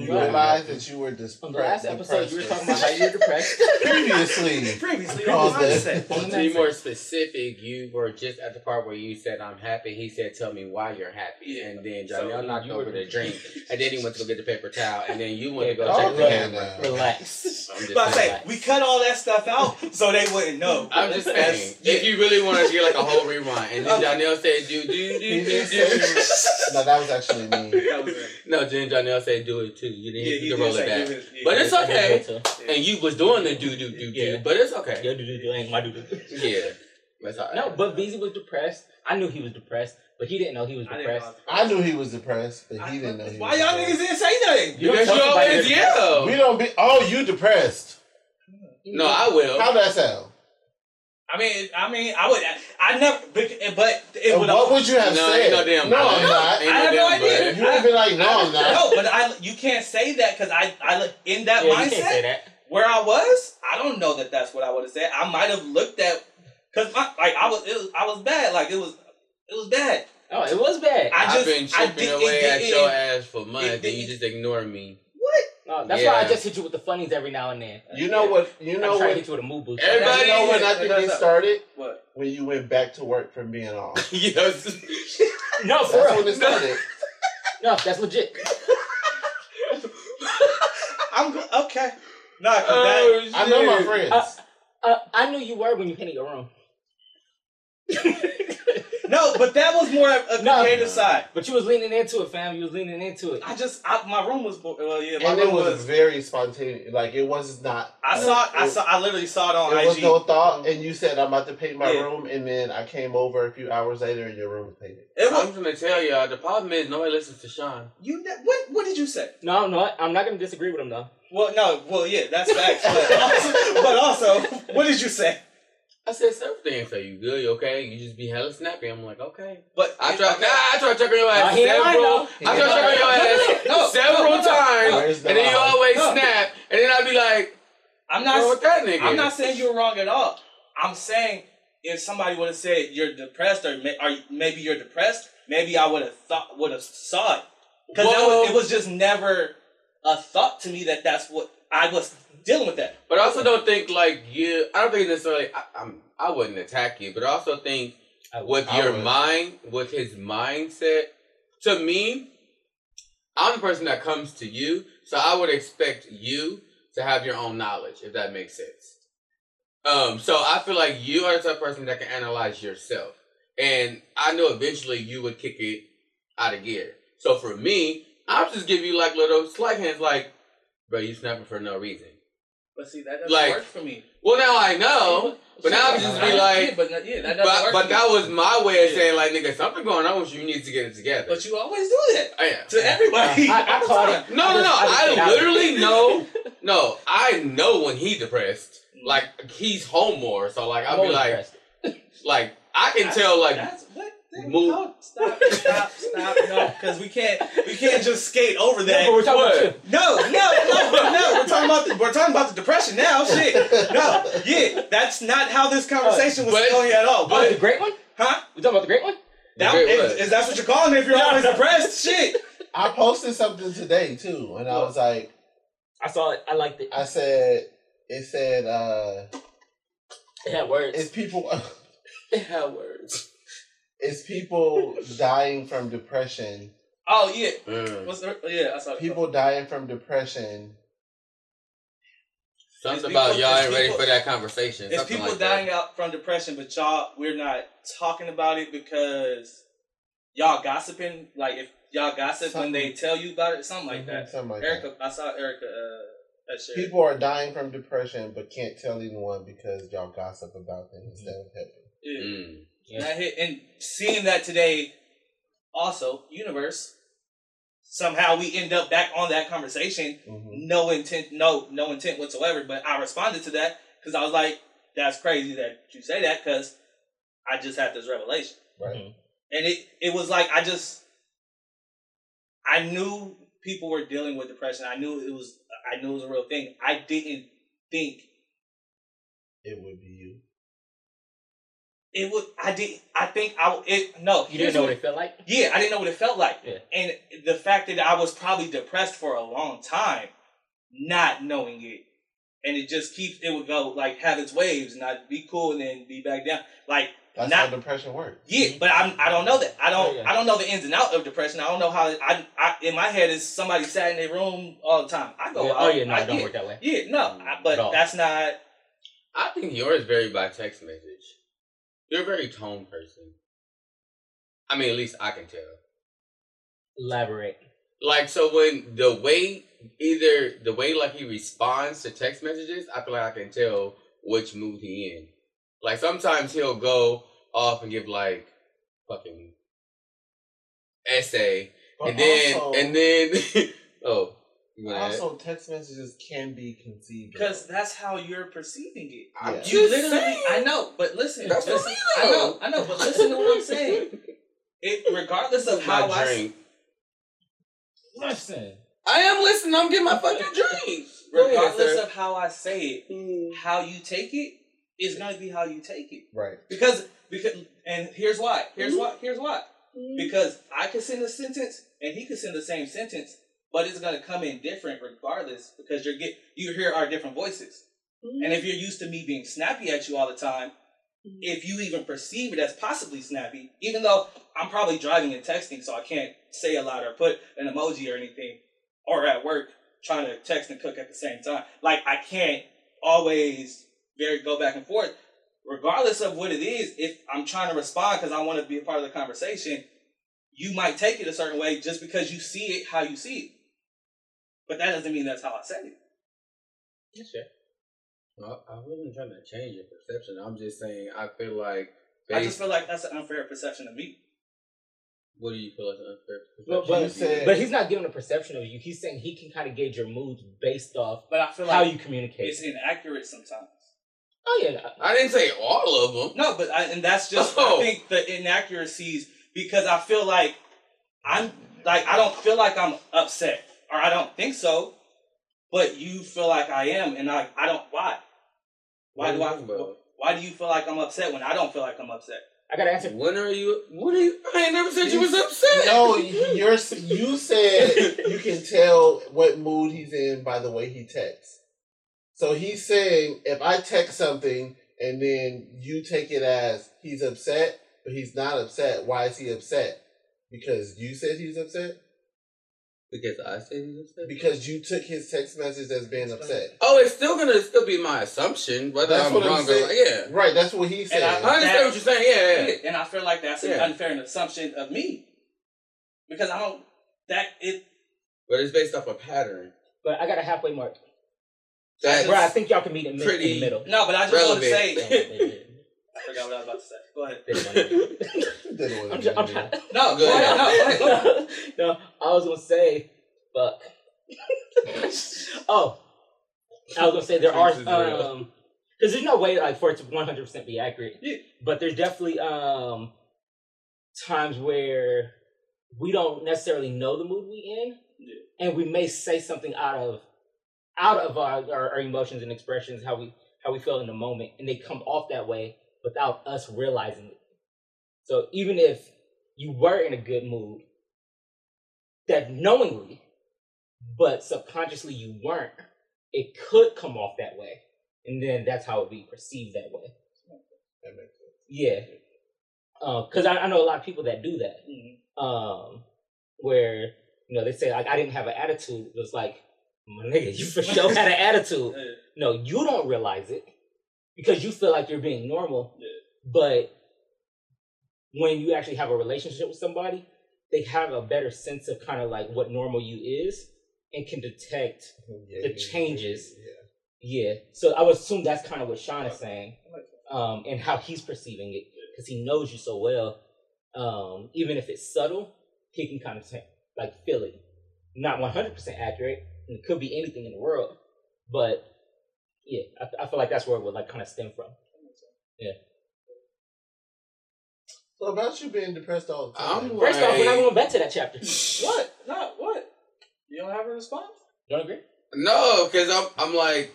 S5: You
S1: Right.
S5: realize that you were depressed.
S3: On the last episode, you were talking about
S5: depressed.
S3: how you were depressed.
S5: [laughs] previously.
S4: Previously,
S5: Pause
S4: on the
S5: that.
S4: mindset.
S1: to be more specific, you were just at the part where you said, I'm happy. He said, Tell me why you're happy.
S4: Yeah.
S1: And then
S6: So,
S1: Johnny knocked
S6: you
S1: over
S6: were-
S1: the drink. And then he went to go get the paper towel. And then you went to go
S5: Yeah,
S1: check the
S5: okay.
S1: camera.
S3: Relax.
S1: I'm just
S4: But I
S1: saying.
S4: say we cut all that stuff out so they wouldn't know.
S1: I'm just saying,
S4: Yeah.
S1: if you really want to get like a whole rewind, and then
S4: Okay.
S1: Danielle said, "Do do do
S5: He
S1: do
S5: didn't
S1: do."
S5: say- no, that was actually me.
S4: That was it.
S1: No, then Danielle said, "Do it too." You
S4: Yeah,
S1: didn't
S4: he
S1: you
S4: [laughs] did
S1: can roll
S4: say
S1: it back,
S4: give it- yeah.
S1: but it's okay.
S4: Yeah.
S1: And you was doing the do do do
S3: Yeah.
S1: do, but it's okay.
S3: Your doo-doo ain't my doo-doo.
S1: Yeah, that's all right.
S3: No, but Beezy was depressed. I knew he was depressed, but he didn't know he was
S4: I didn't
S3: depressed.
S4: know.
S5: I knew he was depressed, but
S4: I-
S5: he didn't know. He
S4: Why
S5: was
S4: y'all niggas
S5: depressed.
S4: didn't say nothing?
S3: You don't
S1: because
S3: tell
S1: you always
S3: somebody they're depressed.
S5: We
S1: yell.
S5: don't be. Oh, you depressed?
S1: No, I will.
S5: How that sound?
S4: I mean, I mean, I would, I, I never, bec- but it
S5: And
S4: would.
S5: what would you have
S1: No,
S5: said?
S1: ain't no damn.
S5: no,
S1: button.
S5: I'm not.
S1: Ain't
S4: I have no
S1: damn
S4: idea.
S1: button.
S5: You would be like, no,
S4: I,
S5: I'm not.
S4: no, but I, you can't say that because I, I, look- in that
S3: yeah, you can't say
S4: mindset
S3: that.
S4: where I was, I don't know that that's what I would have said. I might have looked at, cause my, like I was, it was, I was bad. Like it was, it was bad.
S3: Oh, it was bad.
S4: I
S1: I've
S4: just-
S1: been
S4: I
S1: chipping
S4: did-
S1: away
S4: it
S1: at
S4: didn't-
S1: your ass for months, and
S4: didn't-
S1: you just ignore
S4: [laughs]
S1: me.
S4: What?
S3: No, that's
S1: Yeah.
S3: why I just hit you with the funnies every now and then.
S5: You know what? You
S3: You
S5: know
S3: know trying to
S5: when?
S3: hit you with a mood booster.
S5: You
S1: Everybody-
S5: know when I think it started
S4: What? [laughs]
S5: when you went back to work from being off.
S1: yes.
S3: No, for
S5: That's
S3: real.
S5: when it started.
S3: No, that's legit.
S4: I'm go- okay. Nah, 'cause that,
S1: Oh,
S5: I know my
S1: shit.
S5: friends.
S3: Uh, Uh, I knew you were when you painted your room, [laughs]
S4: no, but that was more of a
S3: No.
S4: creative side.
S3: but you was leaning into it, fam. You was leaning into it.
S4: I just, I, my room was, bo- well, yeah, my
S5: and
S4: room
S5: it was,
S4: was.
S5: very spontaneous. Like it was not.
S4: I saw,
S5: it,
S4: I saw, I literally saw it on
S5: It was
S4: IG.
S5: no thought, and you said I'm about to paint my
S4: Yeah.
S5: room, and then I came over a few hours later, and your room was painted.
S4: It was,
S1: I'm gonna tell y'all. The problem is nobody listens to Sean.
S4: you, ne- what, what did you say?
S3: No, I'm not. I'm not gonna disagree with him though.
S4: Well, no, well, yeah, that's facts. But
S5: [laughs]
S4: also, but also, what did you say?
S1: I said something. So you good? You okay? You just be hella snappy. I'm like, okay.
S4: But
S1: I tried. Nah, I tried checking your ass
S3: Nah, he ain't lying,
S1: several.
S3: though.
S1: I tried
S5: He ain't
S1: checking your ass
S4: No, no, no, no,
S1: several
S4: no, no, no.
S5: Where's
S1: times,
S5: the
S1: and then you
S5: lie?
S1: always
S4: No.
S1: snap, and then I'd be like,
S4: I'm
S1: "What's wrong
S4: not,
S1: with that nigga?"
S4: I'm not saying you're wrong at all. I'm saying if somebody would have said you're depressed or, may, or maybe you're depressed, maybe I would have thought would have saw it because
S1: Well-
S4: was, it was just never a thought to me that that's what I was dealing with. That
S1: But I also don't think like you. I don't think necessarily. I, I'm. I wouldn't attack you, but I also think with
S5: I
S1: your
S5: would.
S1: mind, with his mindset. To me, I'm the person that comes to you, so I would expect you to have your own knowledge, if that makes sense. Um, so I feel like you are the type of person that can analyze yourself, and I know eventually you would kick it out of gear. So for me, I'll just give you like little slight hands, like, bro, you snapping for no reason.
S4: but see that doesn't
S1: Like-
S4: work for me.
S1: Well, now I know. But now I'm just be like,
S4: yeah, but no- yeah, that doesn't
S1: But,
S4: work.
S1: but
S4: for me.
S1: that was my way of
S4: Yeah.
S1: saying like, nigga, something going on with you. You need to get it together.
S4: But you always do that
S1: I am.
S4: to everybody. [laughs]
S3: I- I
S4: all the
S3: caught
S4: time.
S3: it.
S1: No, no, no.
S3: I just- I
S1: I,
S3: just-
S1: literally know.
S4: [laughs]
S1: No, I know when he depressed. Like he's home more, so like I'll be
S3: always
S1: like,
S3: depressed.
S1: like I can
S4: That's-
S1: tell like
S4: That's what. Damn,
S1: move-
S4: no, Stop! Stop! Stop! No, because we can't. We can't just skate over
S3: No,
S4: that.
S3: but we're talking about
S1: What?
S3: you.
S4: No, no, no, no. We're talking about the we're talking about the depression now. Shit. No, yeah, that's not how this conversation was
S1: But-
S4: going at all.
S3: Oh, the
S4: But
S3: great one?
S4: huh?
S3: We talking about the great one?
S4: That
S1: Great
S4: is,
S1: word.
S4: is that's what you're calling it if you're always depressed? Shit.
S5: I posted something today too, and I was like,
S3: I saw it. I liked it.
S5: I said, it said, uh,
S3: It had words.
S5: it's people, [laughs]
S3: it had words.
S5: it's people dying from depression.
S4: Oh yeah.
S1: mm,
S4: What's the, yeah? I saw the-
S5: People dying from depression.
S4: It's
S1: something
S4: people-
S1: about y'all
S4: it's
S1: ain't ready
S4: people-
S1: for that conversation.
S4: It's
S1: Something
S4: people
S1: like
S4: dying
S1: That.
S4: out from depression, but y'all we're not talking about it because y'all gossiping. Like if y'all gossip when they tell you about it, something like that.
S5: Mhm, Something like
S4: Erica, I saw Erica. Uh, that
S5: that.
S4: shit.
S5: Mm-hmm. People are dying from depression, but can't tell anyone because y'all gossip about
S4: Mm-hmm.
S5: them instead of helping.
S4: Yeah.
S1: Mm.
S4: And I hit and seeing that today, also universe. Somehow we end up back on that conversation.
S5: Mhm.
S4: No intent, no no intent whatsoever. But I responded to that because I was like, "That's crazy that you say that," because I just had this revelation,
S5: Right.
S3: Mm-hmm.
S4: and it it was like I just I knew people were dealing with depression. I knew it was I knew it was a real thing. I didn't think
S5: It would be you.
S4: it would. I did. I think I. It no.
S3: You didn't know what it felt like.
S4: Yeah, I didn't know what it felt like.
S3: Yeah.
S4: And the fact that I was probably depressed for a long time, not knowing it. And it just keeps, it would go like have its waves and I'd be cool and then be back down. Like,
S5: That's
S4: Not-
S5: how depression works.
S4: yeah, but I'm, I don't know that. I don't,
S3: Mm-hmm. Yeah, yeah.
S4: I don't know the ins and out of depression. I don't know how, it- I, I in my head is somebody sat in their room all the time. I go,
S3: Yeah,
S4: out,
S3: Oh yeah, no,
S4: I
S3: it don't
S4: get-
S3: work that way.
S4: Yeah, no, I, but
S3: At all.
S4: that's not,
S1: I think yours vary by text message. You're a very tone person. I mean, at least I can tell.
S3: Elaborate.
S1: Like, so when the way, either the way like he responds to text messages, I feel like I can tell which mood he in. Like, sometimes he'll go off and give like fucking essay.
S5: But
S1: and then,
S5: also,
S1: and then, [laughs] oh, you wanna add?
S5: also text messages can be conceived.
S4: because that's how you're perceiving it.
S1: I'm
S5: Yeah.
S1: just
S4: You literally,
S1: saying.
S4: I know, but listen,
S1: That's
S4: listen
S1: what
S4: I
S1: we
S4: know, I know, but listen to what I'm saying.
S1: [laughs]
S4: It, regardless of
S1: My
S4: how I, s-
S1: drink.
S6: Listen.
S1: I am listening. I'm getting my fucking drink.
S4: regardless of how I say it,
S1: of
S4: how you take it is going to be how you take it.
S5: right.
S4: Because because and here's why. Here's why. Here's why. Because I could send a sentence and he could send the same sentence, but it's going to come in different regardless because you're get you hear our different voices. And if you're used to me being snappy at you all the time, if you even perceive it as possibly snappy, even though I'm probably driving and texting, so I can't say a lot or put an emoji or anything, or at work trying to text and cook at the same time. Like I can't always very go back and forth. Regardless of what it is, if I'm trying to respond because I want to be a part of the conversation, you might take it a certain way just because you see it how you see it. But that doesn't mean that's how I say it.
S1: Well, I wasn't trying to change your perception. I'm just saying I feel like.
S4: I just
S1: Based,
S4: feel like that's an unfair perception of me.
S1: what do you feel like an unfair
S3: Well,
S1: perception?
S3: but-
S5: You said-
S3: But he's not giving a perception of you. He's saying he can kind of gauge your moods based off
S4: But I feel like
S3: how you communicate.
S4: it's inaccurate sometimes.
S3: Oh yeah, no.
S1: I didn't say all of them.
S4: No, but I, and that's just
S1: Oh.
S4: I think the inaccuracies because I feel like I'm like I don't feel like I'm upset or I don't think so, but you feel like I am, and I I don't why. Why do I? Why do you feel like I'm upset when I don't feel like I'm upset?
S3: I gotta answer.
S1: When are you? What are you? I ain't never said you was upset.
S5: No, you're you said you can tell what mood he's in by the way he texts. So he's saying if I text something and then you take it as he's upset, but he's not upset. Why is he upset? Because you said he's upset.
S1: Because I said you was upset.
S5: Because you took his text message as being upset.
S1: Oh, it's still gonna still be my assumption whether
S5: That's
S1: I'm
S5: what I'm
S1: wrong or
S5: saying.
S1: yeah.
S5: Right, that's what he said.
S1: I understand what you're saying. Yeah, yeah.
S4: And I feel like that's an
S1: Yeah.
S4: unfair assumption of me because I don't that it.
S1: But it's based off a pattern.
S3: But I got a halfway mark.
S1: That's
S3: Bro, I think y'all can meet in, mid-
S1: pretty-
S3: in the middle. Oh,
S4: No, but I just want to
S1: Relevant.
S4: say I forgot what I was about to say. Go ahead.
S1: [laughs]
S5: Didn't
S3: I'm
S5: want
S3: just,
S5: to
S3: I'm
S5: do
S3: trying.
S5: that.
S4: No,
S1: Go
S4: go ahead. No, go ahead. Go ahead.
S3: [laughs] no, I was gonna say, fuck. [laughs] oh, I was gonna say there are
S1: This is real.
S3: um, because there's no way like for it to 100 percent be accurate.
S4: Yeah.
S3: But there's definitely um times where we don't necessarily know the mood we in, and we may say something out of out of our, our, our emotions and expressions how we how we feel in the moment, and they come off that way without us realizing it. So even if you were in a good mood, that knowingly, but subconsciously you weren't, it could come off that way. And then that's how it would be perceived that way.
S5: That makes sense.
S3: Yeah. Because I, I know a lot of people that do that
S4: Mhm.
S3: um, where you know they say like I didn't have an attitude. It was like my nigga, you for sure had an attitude.
S4: [laughs] Yeah.
S3: No, you don't realize it because you feel like you're being normal.
S4: Yeah.
S3: But when you actually have a relationship with somebody, they have a better sense of kind of like what normal you is and can detect.
S5: Yeah,
S3: The
S5: yeah,
S3: changes.
S5: yeah.
S3: Yeah, so I would assume that's kind of what Sean is saying, um, and how he's perceiving it because he knows you so well. Um, even if it's subtle, he can kind of like feel it. Not one hundred percent accurate, and it could be anything in the world, but yeah, I, I feel like that's where it would like kind of stem from.
S5: So about you being depressed all the time.
S1: I'm like,
S3: First off, we're not going back to that chapter.
S4: What? No, what? You don't have a response?
S3: Don't agree?
S1: No, because I'm I'm like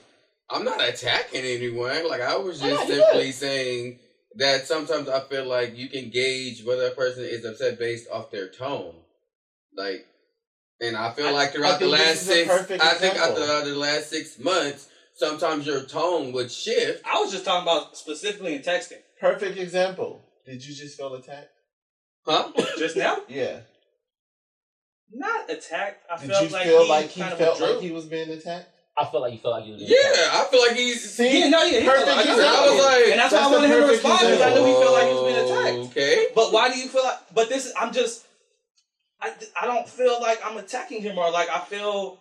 S1: I'm not attacking anyone. Like I was
S3: Oh,
S1: just
S3: no, you
S1: simply saying that sometimes I feel like you can gauge whether a person is upset based off their tone. Like, and I feel
S5: I-
S1: like
S5: I
S1: throughout the
S5: think this
S1: last
S5: is a
S1: six,
S5: perfect
S1: I think
S5: example.
S1: throughout the last six months, sometimes your tone would shift.
S4: I was just talking about specifically in texting
S5: Perfect example. Did you just feel attacked?
S1: Huh?
S4: just now.
S5: Yeah.
S4: Not attacked. I
S5: Did
S4: felt
S5: you
S4: like
S5: feel
S4: he
S5: like he
S4: kind
S5: felt
S4: of withdrew.
S5: like he was being attacked?
S3: I feel like you feel like you.
S1: Yeah, I feel like
S5: [laughs]
S1: he's.
S5: See,
S4: Yeah, no, yeah, he
S5: perfect
S4: felt like-
S5: example.
S1: I was like,
S4: and that's why I
S5: That's the
S4: wanted him to
S5: perfect
S4: respond because I knew he felt like he was being attacked.
S1: Okay.
S4: But why do you feel like? But this, I'm just, I, I don't feel like I'm attacking him or like I feel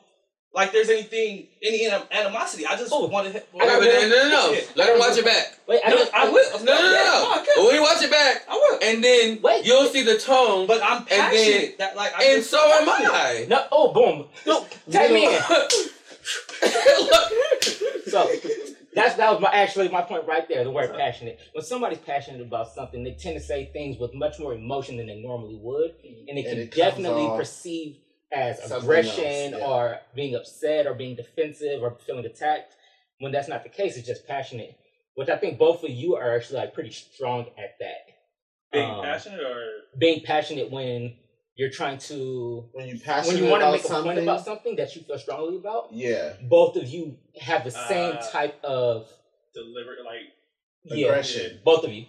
S4: like there's anything, any anim- animosity. I just
S3: Oh,
S4: wanted him.
S1: Okay, but no, no, no, no.
S4: Yeah.
S1: Let him watch it back.
S3: Wait, I
S4: No,
S3: don't.
S4: I would.
S1: No, no,
S4: Yeah,
S1: no,
S4: I
S1: no.
S4: could.
S1: When we watch it back,
S4: I would.
S1: and then
S3: Wait.
S1: you'll see the tone.
S4: But I'm
S1: then-
S4: passionate. that like, I
S1: and
S4: just-
S1: so am I. [laughs]
S3: No. Oh, boom. No, tag me in. So that's that was my actually my point right there. The word passionate. When somebody's passionate about something, they tend to say things with much more emotion than they normally would, and it
S5: And
S3: can
S5: it comes
S3: definitely
S5: off
S3: perceive as
S5: something
S3: aggression
S5: else, yeah.
S3: or being upset or being defensive or feeling attacked. When that's not the case, it's just passionate. Which I think both of you are actually like pretty strong at that.
S4: being
S3: Um,
S4: passionate or
S3: Being passionate when you're trying to
S5: when you passionate
S3: when you want to
S5: about
S3: make a
S5: something.
S3: point about something that you feel strongly about
S5: yeah,
S3: both of you have the same
S4: Uh,
S3: type of
S4: deliberate, like
S3: yeah.
S5: aggression.
S3: Both of you.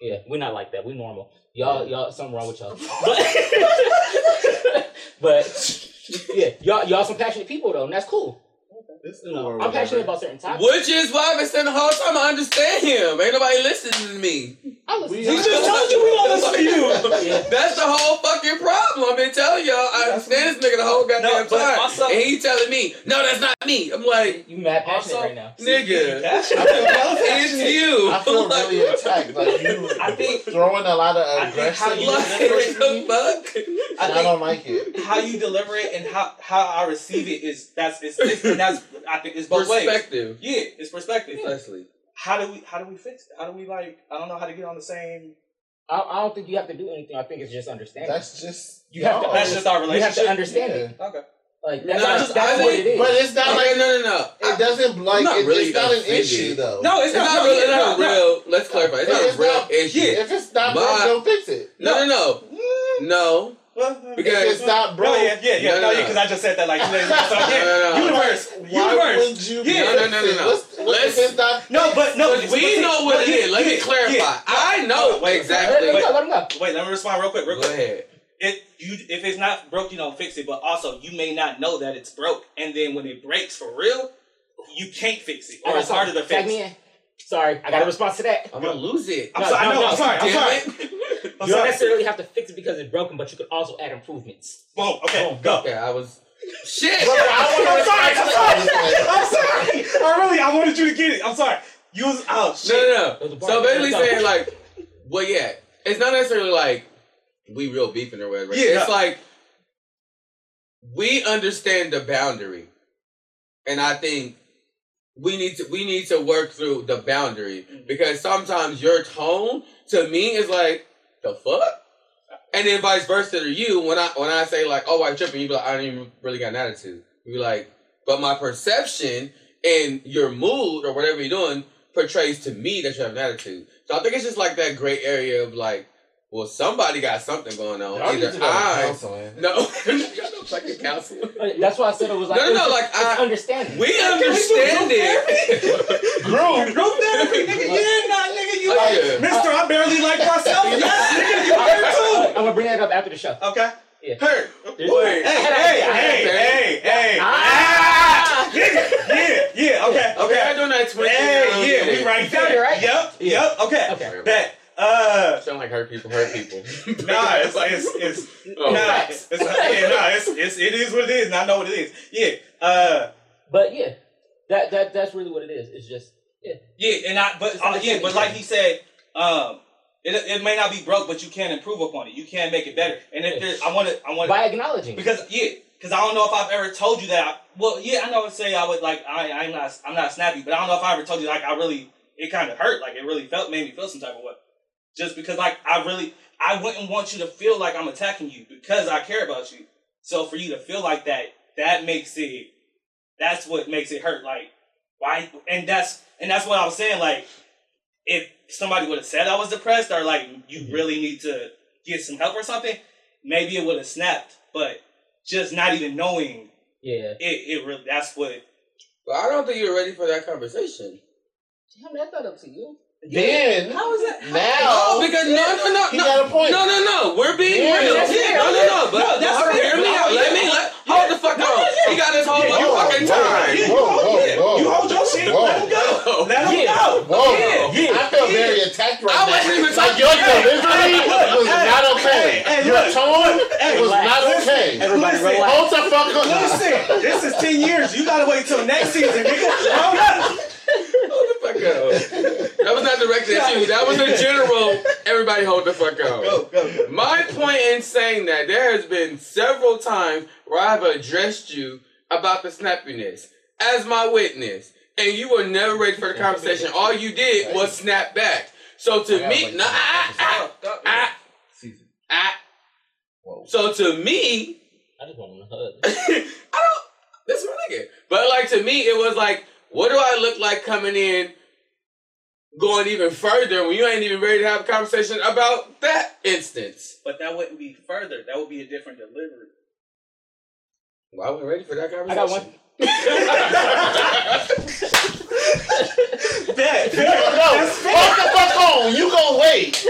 S3: Yeah, we're not like that. We're normal. Y'all, y'all, something wrong with
S4: [laughs]
S3: y'all. But, [laughs] but yeah, y'all, y'all some passionate people though, and that's cool.
S5: This is
S3: You know,
S5: where
S3: I'm
S5: we're
S3: passionate
S5: at.
S3: about certain topics.
S1: Which is why I've been saying the whole time I understand him. Ain't nobody listening to me.
S3: I listen.
S5: We-
S3: to
S5: We
S3: you.
S5: just
S1: told you
S5: [laughs]
S1: we don't listen to [laughs]
S3: you.
S4: [laughs]
S3: Yeah.
S1: That's the whole fucking problem. I've been telling y'all I understand this nigga the whole goddamn
S4: No, but
S1: time.
S4: also-
S1: and he telling me, no, that's not me. I'm like,
S3: you mad passionate
S4: Also-
S3: right now.
S1: nigga,
S5: I
S4: passionate.
S5: feel, I feel-
S1: it's you.
S5: I
S1: [laughs]
S5: feel
S1: Like,
S5: really attacked. Like you
S4: I think-
S5: throwing a lot of
S4: I think how
S5: aggression.
S4: you
S1: Like, the fuck?
S5: and I don't like
S4: [laughs]
S5: it.
S4: how you deliver it and how how I receive it is that's it's, it's and that's I think it's both ways.
S1: Perspective.
S4: Yeah, it's perspective.
S1: Precisely.
S4: How do we how do we fix it? How do we like I don't know how to get on the same.
S3: I, I don't think you have to do anything. I think it's just understanding.
S5: That's just
S3: you have to.
S1: Oh,
S5: y'all.
S4: That's just our
S3: you have
S4: relationship.
S3: to understand it.
S4: okay.
S3: Like that's,
S1: No,
S3: that's,
S1: I
S3: that's what
S1: think-
S3: it is.
S5: But it's not
S1: Okay,
S5: like
S1: no, no, no.
S5: it doesn't
S1: I'm
S5: like
S1: not
S5: it-
S1: really
S5: it's not an
S1: offended.
S5: issue though.
S4: No, it's,
S1: It's not
S4: no,
S1: really it's
S4: yeah,
S1: not a
S4: no,
S1: real. Let's clarify. It's not
S5: It's
S1: a real
S5: not-
S1: issue.
S5: If it's not broke,
S1: My-
S5: don't fix it.
S1: No, no,
S4: no.
S1: no, no.
S4: Well,
S1: Because-
S5: If it's not broke,
S4: no, yeah, yeah, yeah,
S1: No,
S4: no,
S1: no,
S4: yeah,
S1: no.
S4: because I just said that like you
S1: [laughs]
S4: know, so,
S1: No,
S4: yeah,
S1: no, no.
S4: universe,
S5: why
S4: universe.
S5: would you?
S4: Yeah.
S5: fix
S1: No, no, no, no, no.
S5: it? What's- what
S1: Let's-
S5: if it's not
S4: No, but no,
S1: But we know what it is. Let me clarify. I know
S4: Wait,
S3: Let
S1: exactly.
S3: him go. Let him go.
S4: Wait, let me respond real quick, real
S1: Go
S4: quick.
S1: ahead.
S4: If you if it's not broke, you don't fix it. But also, you may not know that it's broke, and then when it breaks for real, you can't fix it,
S3: I
S4: or
S3: got
S4: it's harder to
S3: something. Tag
S4: fix.
S3: me in. Sorry, I got a response to that.
S1: I'm gonna lose it.
S4: I'm
S3: No,
S4: sorry, I
S3: no,
S4: know,
S3: no.
S4: I'm sorry, I'm
S1: Damn
S4: sorry.
S1: it.
S4: I'm
S3: you don't
S4: Oh, sorry.
S3: necessarily have to fix it because it's broken, but you can also add improvements.
S4: Boom. Okay,
S3: Boom.
S1: [laughs]
S4: go.
S1: Okay, I was. Shit.
S5: Brother, I wanna
S4: I'm sorry,
S5: respect
S4: I'm I'm
S5: something.
S4: sorry. I really, I wanted you to get it. I'm sorry. You was oh
S1: No,
S4: shit.
S1: no,
S3: It was a
S1: no.
S3: bar.
S1: So basically
S3: It was a
S1: saying like, well, yeah, it's not necessarily like we real beefing or whatever.
S4: Yeah,
S1: it's
S4: no.
S1: like we understand the boundary, and I think we need to we need to work through the boundary because sometimes your tone to me is like the fuck. And then vice versa to you, when I when I say like, oh, I tripping, you be like, I didn't even really got an attitude. You be like, but my perception and your mood or whatever you're doing portrays to me that you have an attitude. So I think it's just like that gray area of like, well, somebody got something going on.
S5: Y'all need
S1: Either
S5: to go to
S1: I [laughs]
S5: counseling.
S1: no, y'all don't fucking counsel.
S3: Uh, That's why I said it was like
S1: No, no, no,
S3: it's-
S1: like,
S3: it's
S1: I-
S3: understanding.
S1: We understand it. [laughs]
S5: Group.
S4: Group therapy, nigga. Yeah, nah, nigga. You
S1: Oh,
S4: like,
S1: yeah.
S4: Mister? I barely like myself. Yes, nigga. You
S3: Uh,
S4: heard
S3: I'm gonna bring that up after the show.
S4: too. Okay.
S3: Yeah.
S4: Heard.
S3: There's-
S4: Hey, hey, hey, hey, hey.
S3: Ah!
S4: Ah! Nigga, yeah, yeah, okay,
S1: Okay, I
S4: okay.
S1: don't know explain.
S4: Hey, yeah, we right
S3: found it,
S4: there.
S3: right?
S4: Yep,
S3: Yeah.
S4: yep, okay.
S3: Ah! Okay.
S4: Bet. Uh,
S1: Sound like hurt people, hurt [laughs] people.
S4: nah, it's, [laughs] it's, it's,
S1: Oh.
S4: nah, it's, it's, yeah, nah, it's, it's, it is what it is, and I know what it is. Yeah, uh,
S3: But yeah, that that that's really what it is. It's just yeah.
S4: yeah, and I, but, uh, yeah, but like he said, um, it, it may not be broke, but you can improve upon it. You can make it better. And if there's, I want to, I want to,
S3: by acknowledging. it.
S4: because yeah, because I don't know if I've ever told you that. I, well, yeah, I know. I would say I would like I I'm not I'm not snappy, but I don't know if I ever told you like I really it kind of hurt. Like it really felt made me feel some type of way. Just because like I really I wouldn't want you to feel like I'm attacking you because I care about you. So for you to feel like that, that makes it that's what makes it hurt. Like why? And that's and that's what I was saying. Like if somebody would have said I was depressed or like you really need to get some help or something, maybe it would have snapped. But just not even knowing
S3: Yeah.
S4: it, it really that's what.
S1: But I don't think you're ready for that conversation.
S3: Damn, that's not up to you.
S5: Then
S3: How is that? how-
S5: now
S1: because no, no, no,
S5: he
S1: no,
S5: got a point.
S1: No, no, no. We're being
S5: Yeah,
S1: real.
S5: that's
S3: fair.
S1: No, no, no. But
S4: No,
S1: hold
S4: that's
S1: on, hear
S4: fair.
S1: me out. Let me let hold the fuck up. He got his whole motherfucking time.
S5: Whoa, whoa, whoa.
S4: Oh, You hold your shit.
S5: Whoa.
S4: Let him go. Let him
S3: Yeah.
S4: go.
S5: Whoa,
S1: Yeah,
S5: I feel very attacked right
S1: I
S5: now.
S1: wasn't even
S5: like
S1: talking-
S5: your
S1: Hey,
S5: delivery was
S4: hey,
S5: not okay.
S4: hey, hey,
S5: your
S4: look.
S5: tone
S4: Hey,
S5: was
S4: relax.
S5: not okay.
S4: Everybody Listen. relax.
S5: Hold the fuck up.
S4: Listen, this is ten years. You gotta wait till next season, [laughs] nigga. Hold up.
S1: Hold the fuck up. That was not directed at you. That was a general. Everybody, hold the fuck
S4: Go,
S1: up.
S4: go, go.
S1: My point in saying that there has been several times where I've addressed you about the snappiness as my witness, and you were never ready for the conversation. All you did was snap back. So to me, no, ah, I, I, I, I, ah. so to me, [laughs]
S3: I just want to
S1: I don't. That's my nigga. But like to me, it was like, what do I look like coming in, going even further when you ain't even ready to have a conversation about that instance?
S4: But that wouldn't be further. That would be a different delivery.
S1: Well, I wasn't ready for that conversation.
S3: I got
S4: [laughs]
S3: one.
S1: [laughs]
S4: That,
S5: No, hold the fuck on. You gonna wait.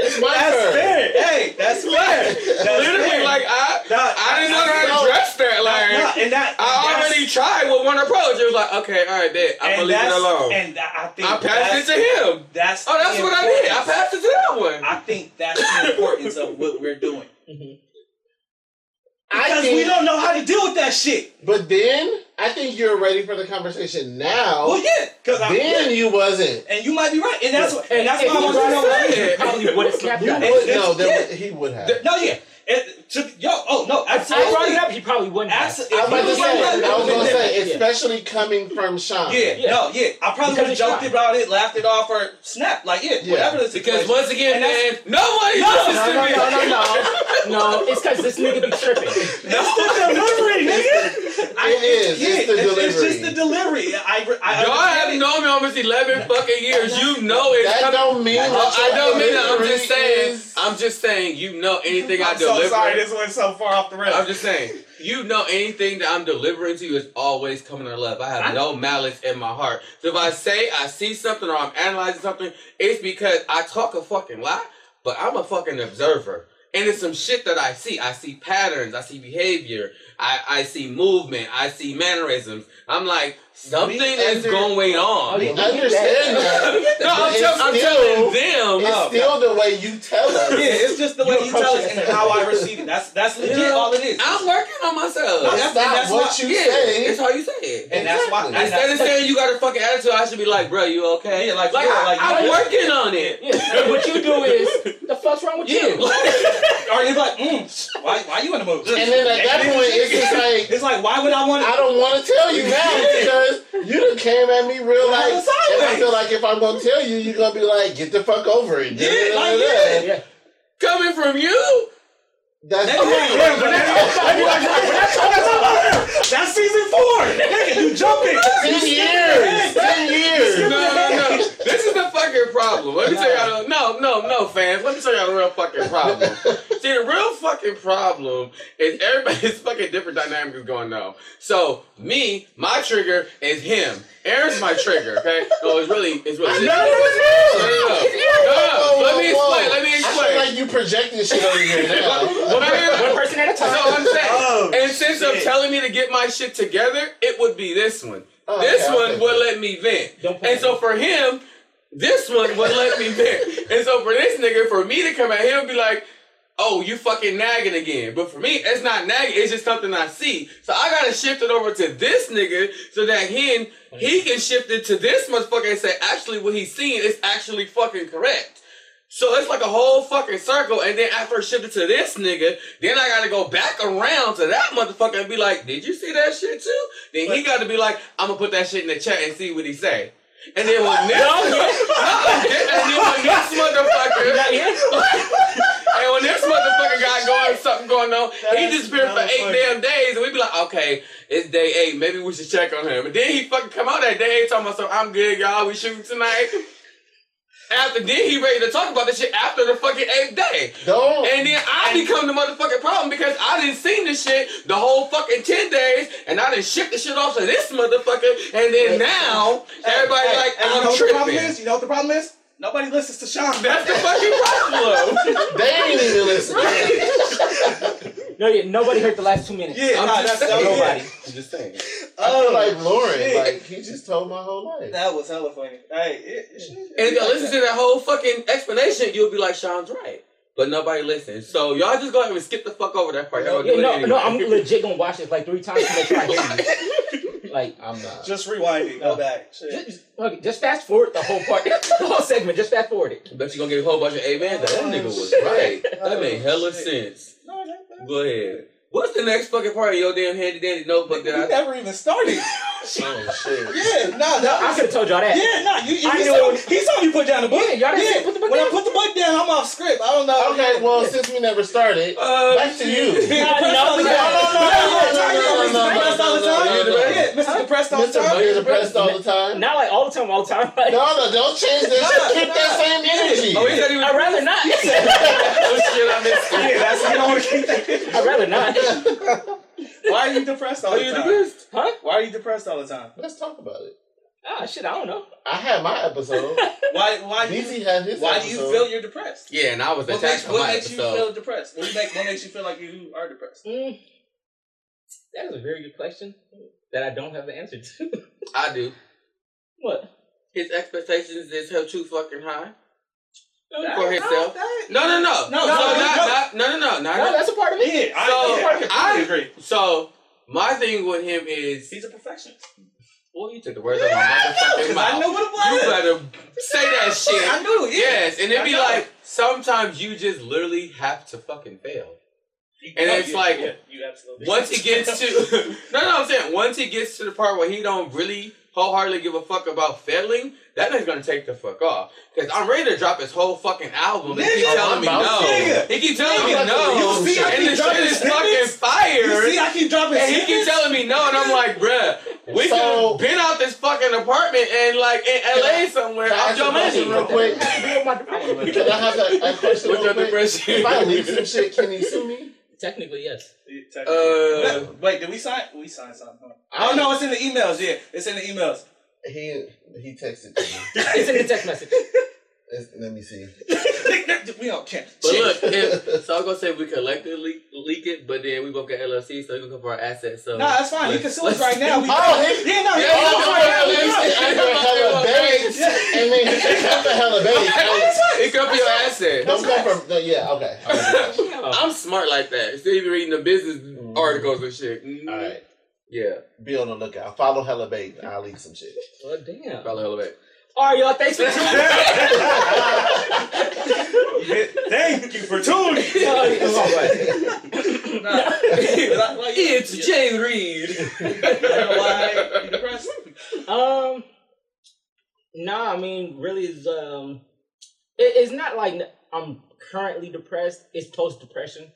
S5: It's my turn.
S4: Hey, that's fair. That's
S1: Literally,
S4: fair.
S1: like I,
S4: Nah,
S1: I didn't know how
S5: no.
S1: to dress that. Like
S4: nah, and that
S1: I already
S4: that's-
S1: tried with one approach. It was like, okay, all right, bet I'm gonna
S4: and
S1: leave it
S4: that's-
S1: alone.
S4: And tha- I think
S1: I passed
S4: that's-
S1: it to him.
S4: That's
S1: Oh, that's
S4: the
S1: what I did. I
S4: importance.
S1: passed it to that one.
S4: I think that's the importance of what we're doing
S5: I
S4: because
S5: think,
S4: we don't know how to deal with that shit.
S5: But then I think you're ready for the conversation now.
S4: Well, yeah, because I'm
S5: then you wasn't.
S4: and you might be right, and that's and that's why I was
S1: you
S4: right.
S1: said it.
S3: Probably would have snapped
S5: You
S3: at
S5: would
S3: it.
S5: no.
S4: it's-
S5: There,
S4: yeah.
S5: He would have.
S4: No, yeah, it, to, yo, oh no,
S3: I brought
S4: absolutely,
S3: it up. He probably wouldn't. have.
S4: absolutely.
S5: I was about to say.
S3: Yeah.
S5: I was gonna say,
S3: Yeah.
S5: especially coming from Sean.
S4: Yeah,
S3: Yeah.
S4: no, yeah. I
S3: Because
S4: probably would have
S3: it's
S4: joked
S3: fine.
S4: about it, laughed it off, or snapped. Like, yeah,
S5: Yeah.
S4: whatever the situation.
S1: because once again,
S4: And that's-
S1: man, nobody
S4: No,
S1: listens
S3: No,
S1: to
S3: no,
S1: me.
S3: no, no, no. No, it's because this nigga be tripping.
S4: [laughs] That's the delivery, nigga. I-
S5: It is. It's the
S4: It's just the
S5: delivery.
S4: delivery. I, I
S1: [laughs] Y'all
S4: understand
S1: have
S4: it.
S1: known me almost eleven fucking years. You know it's
S5: That
S1: coming.
S5: don't mean
S1: I
S5: that
S1: I
S5: your
S1: don't mean that. I'm just
S5: delivery
S1: saying.
S5: is-
S1: I'm just saying. You know anything I
S4: I'm so
S1: deliver.
S4: sorry this went so far off the rails.
S1: I'm just saying. You know anything that I'm delivering to you is always coming in love. I have
S4: I-
S1: no malice in my heart. So if I say I see something or I'm analyzing something, it's because I talk a fucking lot, but I'm a fucking observer. And it's some shit that I see. I see patterns. I see behavior. I, I see movement. I see mannerisms. I'm like, something is
S5: under-
S1: going on.
S5: We understand that.
S1: no, I'm,
S5: It's
S1: tell- I'm
S5: still-
S1: telling them.
S5: It's still the way you tell us.
S4: yeah, it's just the way
S3: You
S4: you tell
S3: approach
S4: us
S3: it.
S4: and how I receive it. That's that's legit
S1: Yeah.
S4: all it is.
S1: I'm working on myself.
S4: No,
S5: It's
S4: that's-
S5: not
S4: that's
S5: what
S4: why-
S5: you
S1: yeah,
S5: say.
S1: it's how you say it.
S4: and that's why.
S5: Exactly.
S4: And
S1: Instead of
S4: that's,
S1: saying you got a fucking attitude, I should be like, bro, you okay?
S4: Yeah, like,
S1: like,
S4: yeah,
S1: I,
S4: like,
S1: I'm
S4: you-
S1: working on it.
S3: Yeah. What you do is the fuck's wrong with
S1: Yeah,
S3: you?
S1: like,
S4: [laughs] or it's like, mm, why why you in the mood?
S5: And then at that point, it's just like
S4: it's like, why would I want?
S5: I don't want to tell you now because you done came at me real like.
S4: I'm sideways.
S5: And I feel like if I'm gonna tell you, you're gonna be like, get the fuck over it.
S4: Yeah, like,
S5: Da-da-da-da-da.
S3: Yeah.
S1: coming from you?
S5: That's
S4: That's, that's, that's season four. Nigga, you jumping?
S5: [laughs] [laughs] ten years. Ten
S1: No,
S5: years.
S1: no, no. [laughs] This is the fucking problem. Let me tell y'all. the- No, no, no, fans. Let me tell y'all the real fucking [laughs] problem. See, the real fucking problem is [laughs] everybody's fucking different dynamic is going on. So me, my trigger is him. Aaron's my trigger. Okay. No, it's really, it's really.
S5: No,
S1: no, no,
S5: no,
S1: no.
S5: no.
S1: No, Let me
S5: Whoa, whoa, whoa.
S1: explain. Let me
S5: I feel
S1: explain.
S5: like you projecting shit over
S1: [laughs]
S5: here now.
S3: One person at a
S1: So
S3: time.
S1: I'm saying,
S4: Oh,
S1: and since you're
S4: shit.
S1: telling me to get my shit together, it would be this one.
S5: Oh,
S1: this
S5: okay,
S1: one
S5: okay.
S1: would let me vent.
S3: Don't
S1: And so for him, this one would let me vent. And so for this nigga, for me to come at him, be like, oh, you fucking nagging again. But for me, it's not nagging, it's just something I see. So I gotta shift it over to this nigga so that him, he can shift it to this motherfucker and say, actually, what he's seeing is actually fucking correct. So it's like a whole fucking circle, and then after I shift it to this nigga, then I gotta go back around to that motherfucker and be like, "Did you see that shit too?" Then he gotta be like, "I'm gonna put that shit in the chat and see what he say." And then when this, [laughs] and then when this motherfucker, and when this motherfucker got going, something going on, he disappeared for eight damn days, and we be like, "Okay, it's day eight. Maybe we should check on him." And then he fucking come out that day eight talking about, "So I'm good, y'all. We shooting tonight." After then, he ready to talk about this shit after the fucking eighth day.
S5: Don't.
S1: And then I become the motherfucking problem because I didn't seen this shit the whole fucking ten days, and I didn't ship the shit off to this motherfucker, and then now everybody
S4: Hey,
S1: like
S4: and you know
S1: I'm
S4: what the problem
S1: tripping.
S4: is? You know what the problem is? Nobody listens to Sean.
S1: That's the fucking problem.
S5: they ain't even listening.
S3: No, yeah, nobody heard the last two minutes.
S4: [laughs] yeah,
S1: I'm
S4: nah,
S1: just
S4: that's that was
S1: saying.
S4: it.
S3: Nobody.
S1: I'm just saying.
S5: I feel like Lauren.
S4: Oh, shit.
S5: Like he just told my whole life.
S4: that was hella funny. Hey, it, it should-
S1: And if
S4: it
S1: y'all
S4: like
S1: listen
S4: that.
S1: to that whole fucking explanation, you'll be like, Sean's right. But nobody listens. So y'all just go ahead and skip the fuck over that part. Y'all gonna
S3: Yeah,
S1: do it
S3: no,
S1: anyway.
S3: no,
S1: [laughs]
S3: I'm legit gonna watch this like three times to make sure I hear you. Like, uh,
S5: I'm not.
S4: just rewind it, go back. Shit.
S3: just, just- okay, just fast forward the whole part, [laughs] the whole segment. Just fast forward it.
S1: Bet you gonna get a whole bunch of amens. That, that nigga was right. That made hella sense.
S4: No, that- that-
S1: Go ahead. What's the next fucking part of your damn handy dandy notebook
S4: We
S1: [laughs] that I
S4: never
S3: [laughs]
S4: even started.
S5: Oh shit.
S4: yeah, nah, that
S3: I
S4: was
S3: could have told y'all that.
S4: Yeah, no, you, you,
S3: I
S4: he,
S3: knew
S4: saw,
S3: it was-
S4: he saw me put down the book.
S3: Yeah, y'all didn't say put the book
S4: when
S3: down?
S4: I put the book down, I'm off script. I don't know.
S5: Okay, well since we never started,
S4: Oh,
S1: Uh,
S3: [laughs]
S5: back to you.
S3: No,
S4: Pressed
S3: no,
S4: all
S3: no,
S4: the time.
S5: no, no,
S4: Yeah,
S5: no,
S4: yeah,
S5: no,
S4: yeah,
S5: no, no,
S4: Mr. Pressed all the time. Yeah, Mr. Pressed all the
S5: no, no, no, no. Mr.
S4: time.
S5: You're depressed all the time. No,
S3: Not like all the time, all the time. [laughs] Like,
S5: no, don't change this.
S4: No, no,
S5: Keep that
S4: no.
S5: same
S1: Oh, he's not
S5: energy.
S1: even.
S3: I'd rather not.
S1: Oh shit, I missed it.
S4: [laughs] Yeah, that's you don't want to keep
S3: [laughs]
S4: that.
S3: I'd rather not.
S4: Why are you depressed all
S1: Are
S4: the
S1: Oh, you
S4: time?
S1: depressed?
S3: Huh?
S4: Why are you depressed all the time?
S5: Let's talk about it.
S3: Ah, shit, I don't know.
S5: I had my episode.
S4: Why? Why? do you-
S5: BZ had his
S4: Why do
S5: episode.
S4: you feel you're depressed?
S1: Yeah, and I was
S4: What makes,
S1: attacked on
S4: what
S1: my
S4: makes you feel
S1: episode.
S4: depressed? What, make, what makes you feel like you are depressed?
S3: Mm. That is a very good question that I don't have the answer to. [laughs]
S1: I do.
S3: what?
S1: His expectations is held too fucking high.
S4: That-
S1: For himself. No, no, no, So
S4: No,
S1: not,
S4: no, no.
S1: not, no, no, no, not,
S3: No, that's a part of it.
S4: Yeah, I,
S1: So,
S4: yeah, I completely
S1: I-
S4: agree.
S1: So my thing with him is,
S4: He's a perfectionist.
S1: well, you took the words out of my motherfucking
S4: 'Cause I know
S1: mouth.
S4: what it
S1: You
S4: was.
S1: better say that
S4: I
S1: shit.
S4: knew it. Yeah.
S1: Yes, and it'd
S4: I
S1: be
S4: know.
S1: like sometimes you just literally have to fucking fail.
S4: You-
S1: And
S4: no,
S1: it's
S4: you-
S1: like,
S4: yeah, you absolutely.
S1: Once it gets
S4: [laughs]
S1: to [laughs] no, no, I'm saying once it gets to the part where he don't really wholeheartedly give a fuck about failing, that nigga's gonna take the fuck off. Cause I'm ready to drop his whole fucking album. He keep
S4: Nigga,
S1: telling me
S5: I'm about
S1: no.
S4: to.
S1: He keep telling me
S5: Nigga,
S1: no.
S5: you see I
S1: and
S4: keep
S1: the
S4: dropping
S1: shit is fucking
S4: snippets?
S1: fire.
S4: you see, I keep dropping.
S1: And he keep
S4: snippets?
S1: telling me no, and I'm like, bruh, we
S5: So-
S1: could've been out this fucking apartment and like in LA somewhere.
S5: Can I
S1: I'm
S5: ask a
S1: your
S5: question real
S1: money.
S5: quick?
S3: [laughs]
S4: Wait.
S5: Can I have a, a question
S1: With
S5: real
S1: your
S5: quick?
S1: depression.
S5: If I leave some shit, can he sue me?
S3: Technically, yes.
S1: Uh,
S4: Wait, did we sign? We signed something. huh? Oh no, it's in the emails. Yeah, it's in the emails. [laughs]
S5: He he texted me.
S3: It's in the text message.
S5: It's- let me see.
S4: we don't care.
S1: But
S4: Shit.
S1: look,
S5: [laughs]
S1: if, so I'm gonna say we collectively leak it, but then we both got LLC, so he gonna come for our assets. So
S4: no, that's fine. He can sue us right
S1: [laughs]
S4: now. We-
S5: Oh, he-
S4: yeah, no, he
S1: Yeah,
S4: can sue
S5: Oh,
S4: us
S5: no,
S4: right now.
S5: at least I got hella babes, and then he picked up a hella babes.
S1: It could be your asset.
S5: Don't come from. No, yeah, okay.
S3: No.
S1: I'm smart like that. Still even reading the business articles and shit. Mm.
S5: Mm-hmm. All right,
S1: Yeah.
S5: be on the lookout. Follow hella babes. I'll leak some shit.
S3: Well, damn.
S1: Probably hella back.
S3: All right, y'all. Thanks for
S4: [laughs]
S3: tuning in.
S4: Thank you for tuning.
S5: [laughs]
S3: [laughs]
S1: It's Jay
S5: [laughs]
S1: Reed. [laughs]
S4: Why you depressed?
S3: Um, nah, I mean, really, is um, it, it's not like n- I'm currently depressed. It's post depression,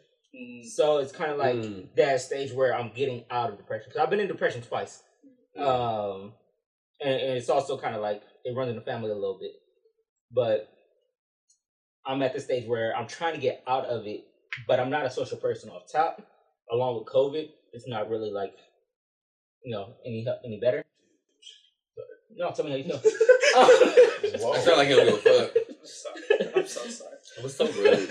S3: so it's kind of like
S1: Mm.
S3: that stage where I'm getting out of depression. Cause I've been in depression twice. Um, and, and it's also kind of like it runs in the family a little bit, but I'm at the stage where I'm trying to get out of it, but I'm not a social person off top. Along with COVID, it's not really like you know any hel- any better. No, tell me how you feel. Um,
S1: I sound
S5: Whoa.
S1: like he don't give a fuck.
S4: I'm sorry. I'm so sorry.
S1: What's so rude?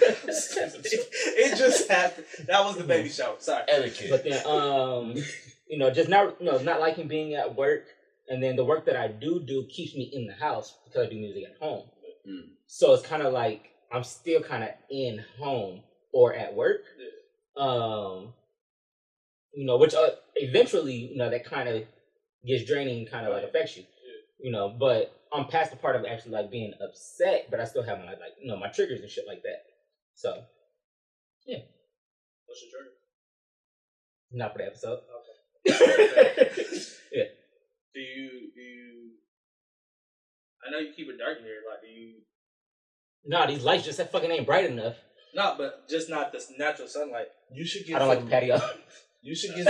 S4: it just happened. That was the baby shower. Sorry.
S5: Etiquette.
S3: but then um you know just not you know not liking being at work and then the work that i do do keeps me in the house because i do music at home
S1: Mm.
S3: so it's kind of like i'm still kind of in home or at work um you know which uh, eventually you know that kind of gets draining and kind of like affects you you know but i'm past the part of actually like being upset but i still have my like you know my triggers and shit like that so
S4: What's your
S3: not for the episode
S4: journey?
S3: yeah
S4: Do you do you? I know you keep it dark in here. Like, do you?
S3: Nah, these lights just that fucking ain't bright enough.
S4: Not, but just not this natural sunlight.
S5: You should
S3: I
S5: get
S3: don't like
S5: some.
S3: the patio.
S5: You should get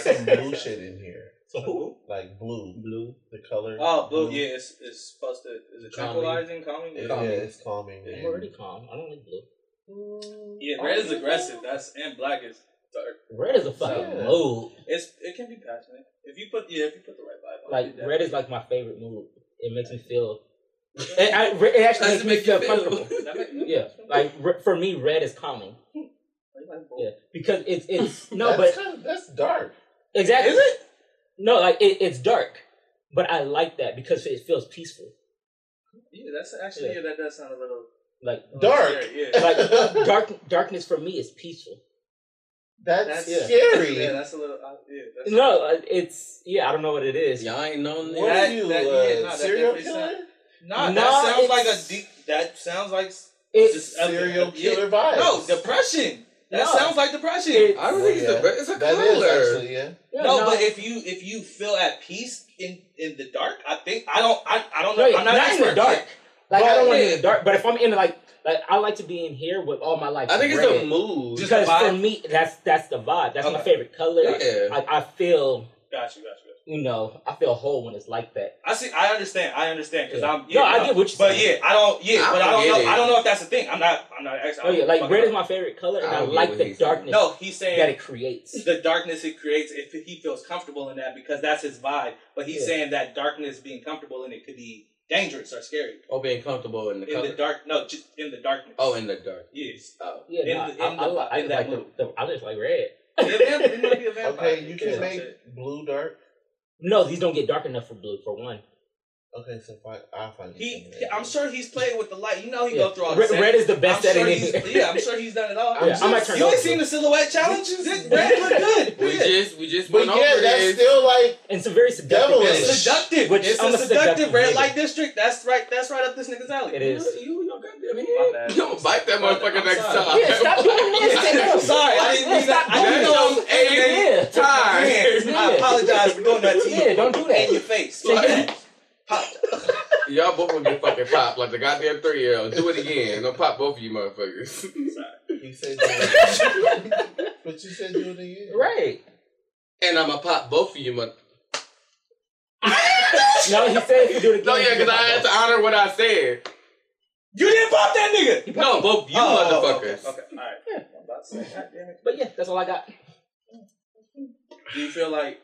S5: some, some blue shit in here,
S4: Ooh.
S5: like blue,
S1: Blue.
S5: the color.
S4: Oh, blue. Yeah, it's, it's supposed to. Is it
S1: Calming.
S4: tranquilizing? Calming?
S5: It-
S4: Yeah.
S5: Mm-hmm. yeah, it's calming.
S3: I'm
S5: and-
S3: already calm. I don't like blue.
S4: Yeah, red is aggressive. That's and black is dark.
S3: Red is a fucking
S5: Yeah.
S3: mood.
S4: It's it can be passionate if you put yeah if you put the right vibe. on
S3: Like
S4: it,
S3: red [laughs] is like my favorite mood. It makes me feel. It, I, it actually makes
S1: Doesn't
S3: me
S1: make you
S3: feel
S1: feel.
S3: comfortable.
S4: That
S3: [laughs]
S4: make-
S3: Yeah, like re- for me, red is calming. Yeah, because it's it's no,
S5: that's
S3: but
S5: kind of, that's dark.
S3: exactly is it? No, like it, it's dark, but I like that because it feels peaceful.
S4: Yeah, that's actually yeah. that does sound a little
S3: Like
S4: a little
S5: Dark.
S4: scary, Yeah,
S3: like dark darkness for me is peaceful.
S5: [laughs] That's,
S4: That's-
S5: scary.
S4: yeah, that's a little uh, yeah. That's
S3: No, uh, it's yeah. I don't know what it is.
S1: Y'all ain't known
S5: what
S1: that.
S5: are you,
S4: that-
S5: uh,
S4: yeah, no, that
S5: serial
S4: definitely
S5: killer?
S4: sound- Nah,
S3: Nah,
S4: that sounds like a
S3: it's-
S4: deep. That sounds like s-
S3: It's
S4: just a-
S5: Serial
S4: yeah.
S5: killer vibes.
S4: No, depression. That
S3: No.
S4: sounds like depression.
S3: It-
S1: I don't think it's
S5: Yeah.
S1: a bird. It's a
S5: That is
S1: color.
S5: actually yeah.
S3: yeah,
S4: no, but if you if you feel at peace in in the dark, I think I don't I, I don't know.
S3: No, yeah,
S4: I'm not,
S3: not
S4: an
S3: in the
S4: expert.
S3: dark. Like I don't
S1: But-
S3: want to be in the dark. But if I'm in like like I like to be in here with all my life.
S1: I think it's
S3: red.
S1: a mood.
S4: Just-
S3: because
S4: the vibe?
S3: for me that's that's the vibe. That's my
S4: Okay.
S3: favorite color.
S1: Yeah.
S3: Like I feel
S4: Got you, got you. got
S3: you know I feel whole when it's like that.
S4: you. I see. I understand. I understand because
S3: Yeah.
S4: I'm.
S3: no, I
S4: no,
S3: get what you're
S4: But
S3: saying.
S4: yeah, I don't. Yeah,
S1: I
S4: but I
S1: don't
S4: don't know.
S1: get it.
S4: I don't know if that's the thing. I'm not. I'm not an expert.
S3: Oh yeah, like
S4: Fuck
S3: red
S4: it.
S3: is my favorite color, and
S1: I
S3: I,
S1: don't get
S3: like
S1: what
S3: the
S1: he's saying.
S3: darkness
S4: No, he's saying
S3: that it creates.
S4: the darkness it creates if he feels comfortable in that because that's his vibe. But he's
S3: Yeah.
S4: saying that darkness being comfortable in it could be dangerous or scary.
S1: Or oh, being comfortable in the
S4: in
S1: color.
S4: the dark, no, just in the darkness.
S1: Oh, in the dark.
S4: yes.
S1: Oh.
S3: Yeah,
S4: in
S3: no,
S4: the-
S3: I,
S4: in
S3: I,
S4: the-
S3: li- I
S4: in
S3: just like
S4: that
S3: the, the, I just like red.
S4: Yeah, vamp- he might be a vampire.
S5: Okay, you can
S4: Yeah.
S5: make blue dark.
S3: [laughs] No, these don't get dark enough for blue. For one,
S5: Okay, so fine, I'll find you
S4: He,
S5: something
S4: he- I'm
S5: that.
S4: sure he's played with the light. You know he
S3: Yeah.
S4: go through all
S3: red,
S4: the
S3: red is the best
S4: I'm
S3: at
S4: sure
S3: anything.
S4: he's- Yeah, I'm sure he's done it all.
S5: I'm
S3: Yeah, I might turn
S4: you
S3: over.
S4: ain't seen the silhouette challenge? This red look good.
S1: We
S4: Yeah.
S1: just we just
S5: But
S1: went
S5: yeah,
S1: over
S5: that's
S1: this.
S5: still like
S3: [laughs] and it's a very seductive.
S5: Devilish.
S4: it's
S5: English.
S3: color.
S4: seductive.
S3: Which
S4: it's
S3: I'm
S4: a
S3: a
S4: seductive,
S3: seductive
S4: red
S3: nigga.
S4: light district. That's right. That's right up this nigga's alley.
S3: It is.
S1: You, you don't got that
S4: [laughs] My bad.
S1: You don't bite that
S4: My
S1: motherfucker
S4: bad.
S1: next
S4: I'm
S1: time.
S4: sorry.
S3: Yeah, stop doing that.
S4: I'm sorry. I didn't mean
S3: Stop
S4: that. I didn't
S3: doing
S4: know I
S1: That's
S4: was
S1: your eighth
S3: Yeah.
S1: time.
S4: Man, I apologize for doing that to you.
S3: Yeah, don't do that.
S4: In your face.
S3: Take
S4: Like,
S3: it.
S1: Y'all both gonna get fucking popped like the goddamn three year old. Do it again. I'll pop both of you motherfuckers.
S5: he said. do
S4: [laughs]
S5: it. but you said do it again.
S3: Right.
S1: And I'ma pop both of you mother-
S3: No, he said he could do it again.
S1: No, yeah, because I had to honor what I said.
S4: You didn't pop that nigga.
S1: No, both you
S4: Oh,
S1: motherfuckers.
S4: Okay, okay. all right. I'm about to say, God damn it.
S3: But yeah, that's all I got.
S4: Do you feel like,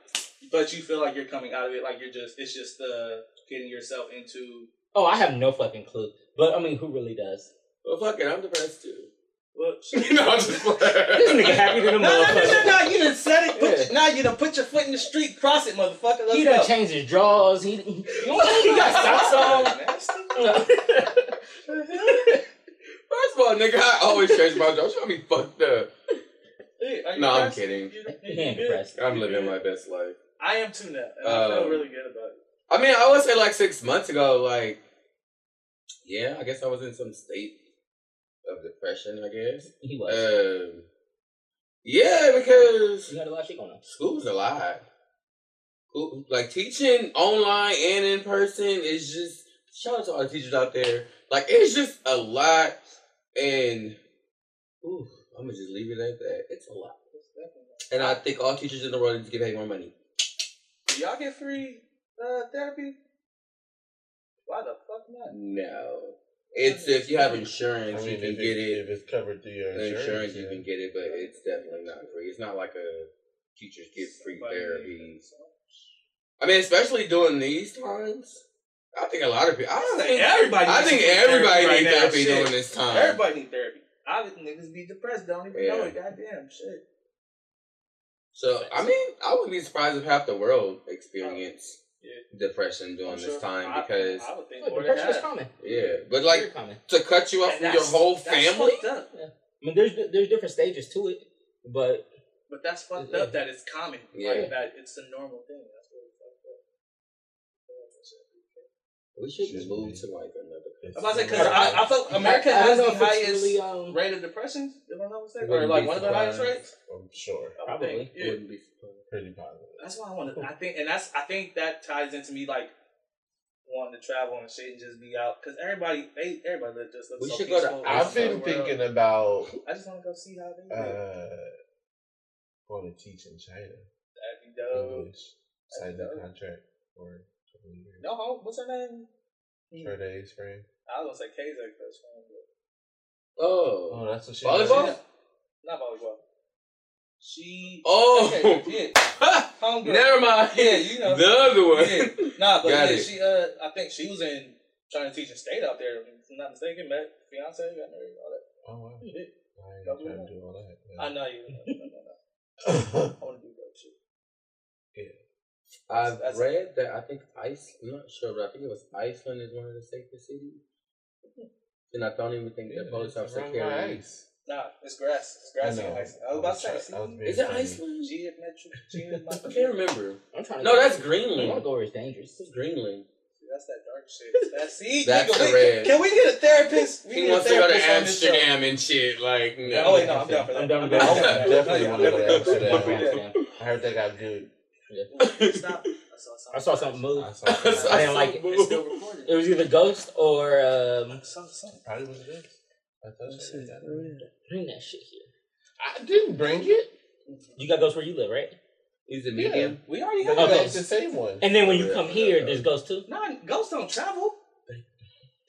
S4: but you feel like you're coming out of it, like you're just, it's just uh, getting yourself into.
S3: Oh, I have no fucking clue. But I mean, who really does?
S1: Well, fuck it, I'm depressed too.
S4: Well,
S1: [laughs] no, I'm [laughs] just
S3: This nigga happy to the
S4: No, no, no, no,
S3: motherfucker.
S4: no, you done said it. Put
S3: Yeah.
S4: your, now you done put your foot in the street, cross it, motherfucker. Let's
S3: He
S4: go.
S3: done changed his drawers. He, he, he got [laughs]
S4: [laughs]
S3: socks
S4: Man, stop.
S3: on.
S1: First of all, nigga, I always change my job. Show me fucked up.
S4: Hey, are you
S1: No, I'm
S4: depressed?
S1: kidding.
S4: You- you
S3: He ain't
S4: good?
S3: depressed.
S1: I'm living my best life.
S4: I am too now. And I feel
S1: Um,
S4: really good about it.
S1: I mean, I would say like six months ago, like, yeah, I guess I was in some state of depression, I guess.
S3: He was.
S1: Um, yeah, because
S3: you had a lot of shit going on.
S1: school was a lot. School- Like teaching online and in person is just shout out to all the teachers out there. Like it's just a lot, and ooh, I'm gonna just leave it at that. It's a lot, and I think all teachers in the world need to get paid more money.
S4: Do y'all get free uh, therapy? Why the fuck not?
S1: No, it's if you have insurance,
S5: I mean,
S1: you can
S5: if,
S1: get it.
S5: if it's covered through your
S1: the
S5: insurance,
S1: insurance you
S5: yeah.
S1: can get it, but it's definitely not free. It's not like a teachers get free
S4: Somebody-
S1: therapy. I mean, especially during these times, I think a lot of people. I don't think
S4: Everybody.
S1: I
S4: needs
S1: think
S4: some
S1: everybody
S4: right
S1: needs
S4: now,
S1: therapy
S4: shit.
S1: during this time.
S4: Everybody need therapy. I would niggas be depressed. Don't even know
S1: Yeah.
S4: it. Goddamn shit.
S1: So I mean, I wouldn't be surprised if half the world experienced
S4: Yeah.
S1: depression during
S4: I'm
S1: this
S4: sure-
S1: time
S4: I-
S1: because
S4: I would think
S3: Look,
S4: more than
S3: depression is
S4: half.
S3: common.
S1: yeah, but like
S3: Very common.
S1: to cut you off
S4: And
S1: from your
S4: that's-
S1: whole
S4: that's
S1: family.
S4: fucked up.
S3: I mean, there's there's different stages to it, but
S4: But that's fucked
S3: Yeah.
S4: up that it's common.
S1: Yeah.
S4: Like that it's a normal thing. That's really fucked up.
S1: We should
S5: Shouldn't
S1: move
S5: be.
S1: to like another.
S5: It's-
S4: I'm about to say because I, I felt America
S3: I, I
S4: has
S3: don't know
S4: the
S3: if it's
S4: highest
S3: really, um,
S4: rate of depression. If I'm not mistaken, or
S1: Wouldn't
S4: like
S1: be
S4: one of the highest
S1: surprised.
S4: rates.
S5: I'm sure.
S4: I would think,
S3: Probably.
S4: yeah.
S1: Wouldn't be surprised.
S5: Pretty positive.
S4: That's why I want to. I think, and that's I think that ties into me like wanting to travel and shit and just be out because everybody, they, everybody live- just looks
S1: We
S4: so
S1: should go to
S4: peaceful.
S1: I've
S5: I've
S4: It's so [laughs]
S5: been
S4: well.
S5: thinking about
S1: Uh,
S4: I just want to go see how they. live.
S5: uh, going to teach in China.
S4: That'd be dope.
S5: English. Signed a contract for a couple of years.
S4: No, home. What's her name? Hmm.
S5: Her day spring.
S4: I was gonna say Kay's like first one, but
S5: Oh,
S1: Oh.
S5: that's what she
S1: Volleyball?
S4: [laughs]
S5: does.
S4: not volleyball. She.
S1: Oh.
S4: okay,
S1: [laughs]
S4: yeah, homegirl.
S1: Never mind.
S4: Yeah, you know.
S1: The other one.
S4: Yeah. Nah, but
S1: Got
S4: yeah,
S1: it.
S4: she. Uh, I think she was in trying to teach in state out there. If I'm not mistaken, met fiance, got married, all that.
S5: Oh, wow. I
S4: Yeah.
S5: ain't
S4: Double
S5: trying
S4: that.
S5: to do all that. [laughs]
S4: I know you. No, no, no, no. I want to do dope shit.
S1: I've
S4: That's-
S1: read that I think Ice. I'm not sure, but I think it was Iceland is one of the safest cities. And I don't even think
S5: Yeah,
S1: that police
S5: it's
S1: officer
S5: around my
S1: carries.
S5: ice.
S4: Nah, it's grass. It's grass
S5: I
S4: in
S5: know.
S4: Iceland. I was about to say.
S5: try-
S4: see?
S5: I was being
S1: Is it
S5: funny.
S1: Iceland?
S4: She had
S1: [laughs]
S4: met you. She had my.
S1: I can't remember.
S3: I'm trying to.
S1: No,
S3: go-
S1: that's
S3: I want to
S4: Hmm.
S1: Greenland.
S3: go where it's dangerous.
S1: This is Greenland.
S4: That's that dark shit. That's see.
S1: That's
S4: we,
S1: the red.
S4: Can we get a therapist? We
S1: He
S4: need
S1: wants
S4: a
S1: to go to
S4: therapist on this show.
S1: Amsterdam and shit. Like, no.
S4: Oh
S1: [laughs]
S4: wait, no, I'm down for that.
S3: I'm down
S5: I
S3: with
S5: would
S3: that.
S5: definitely want to go to
S3: Fuck with [laughs]
S5: Amsterdam.
S3: Amsterdam.
S5: I heard they got good.
S4: Stop. I saw something.
S3: I saw something move.
S4: [laughs]
S5: I saw
S3: I didn't like it.
S4: It's still recorded.
S3: It was either Ghost or um.
S4: Some- some-
S5: Probably was good. I thought she was that.
S3: Bring that shit here.
S5: I didn't bring it.
S3: You got Ghost where you live, right?
S1: [laughs] He's a medium.
S4: We already
S5: But
S4: got
S5: no,
S3: Okay.
S5: it's
S4: ghosts.
S5: the same one.
S3: And then when you come here, there's Ghost too.
S4: Nah, ghosts don't travel.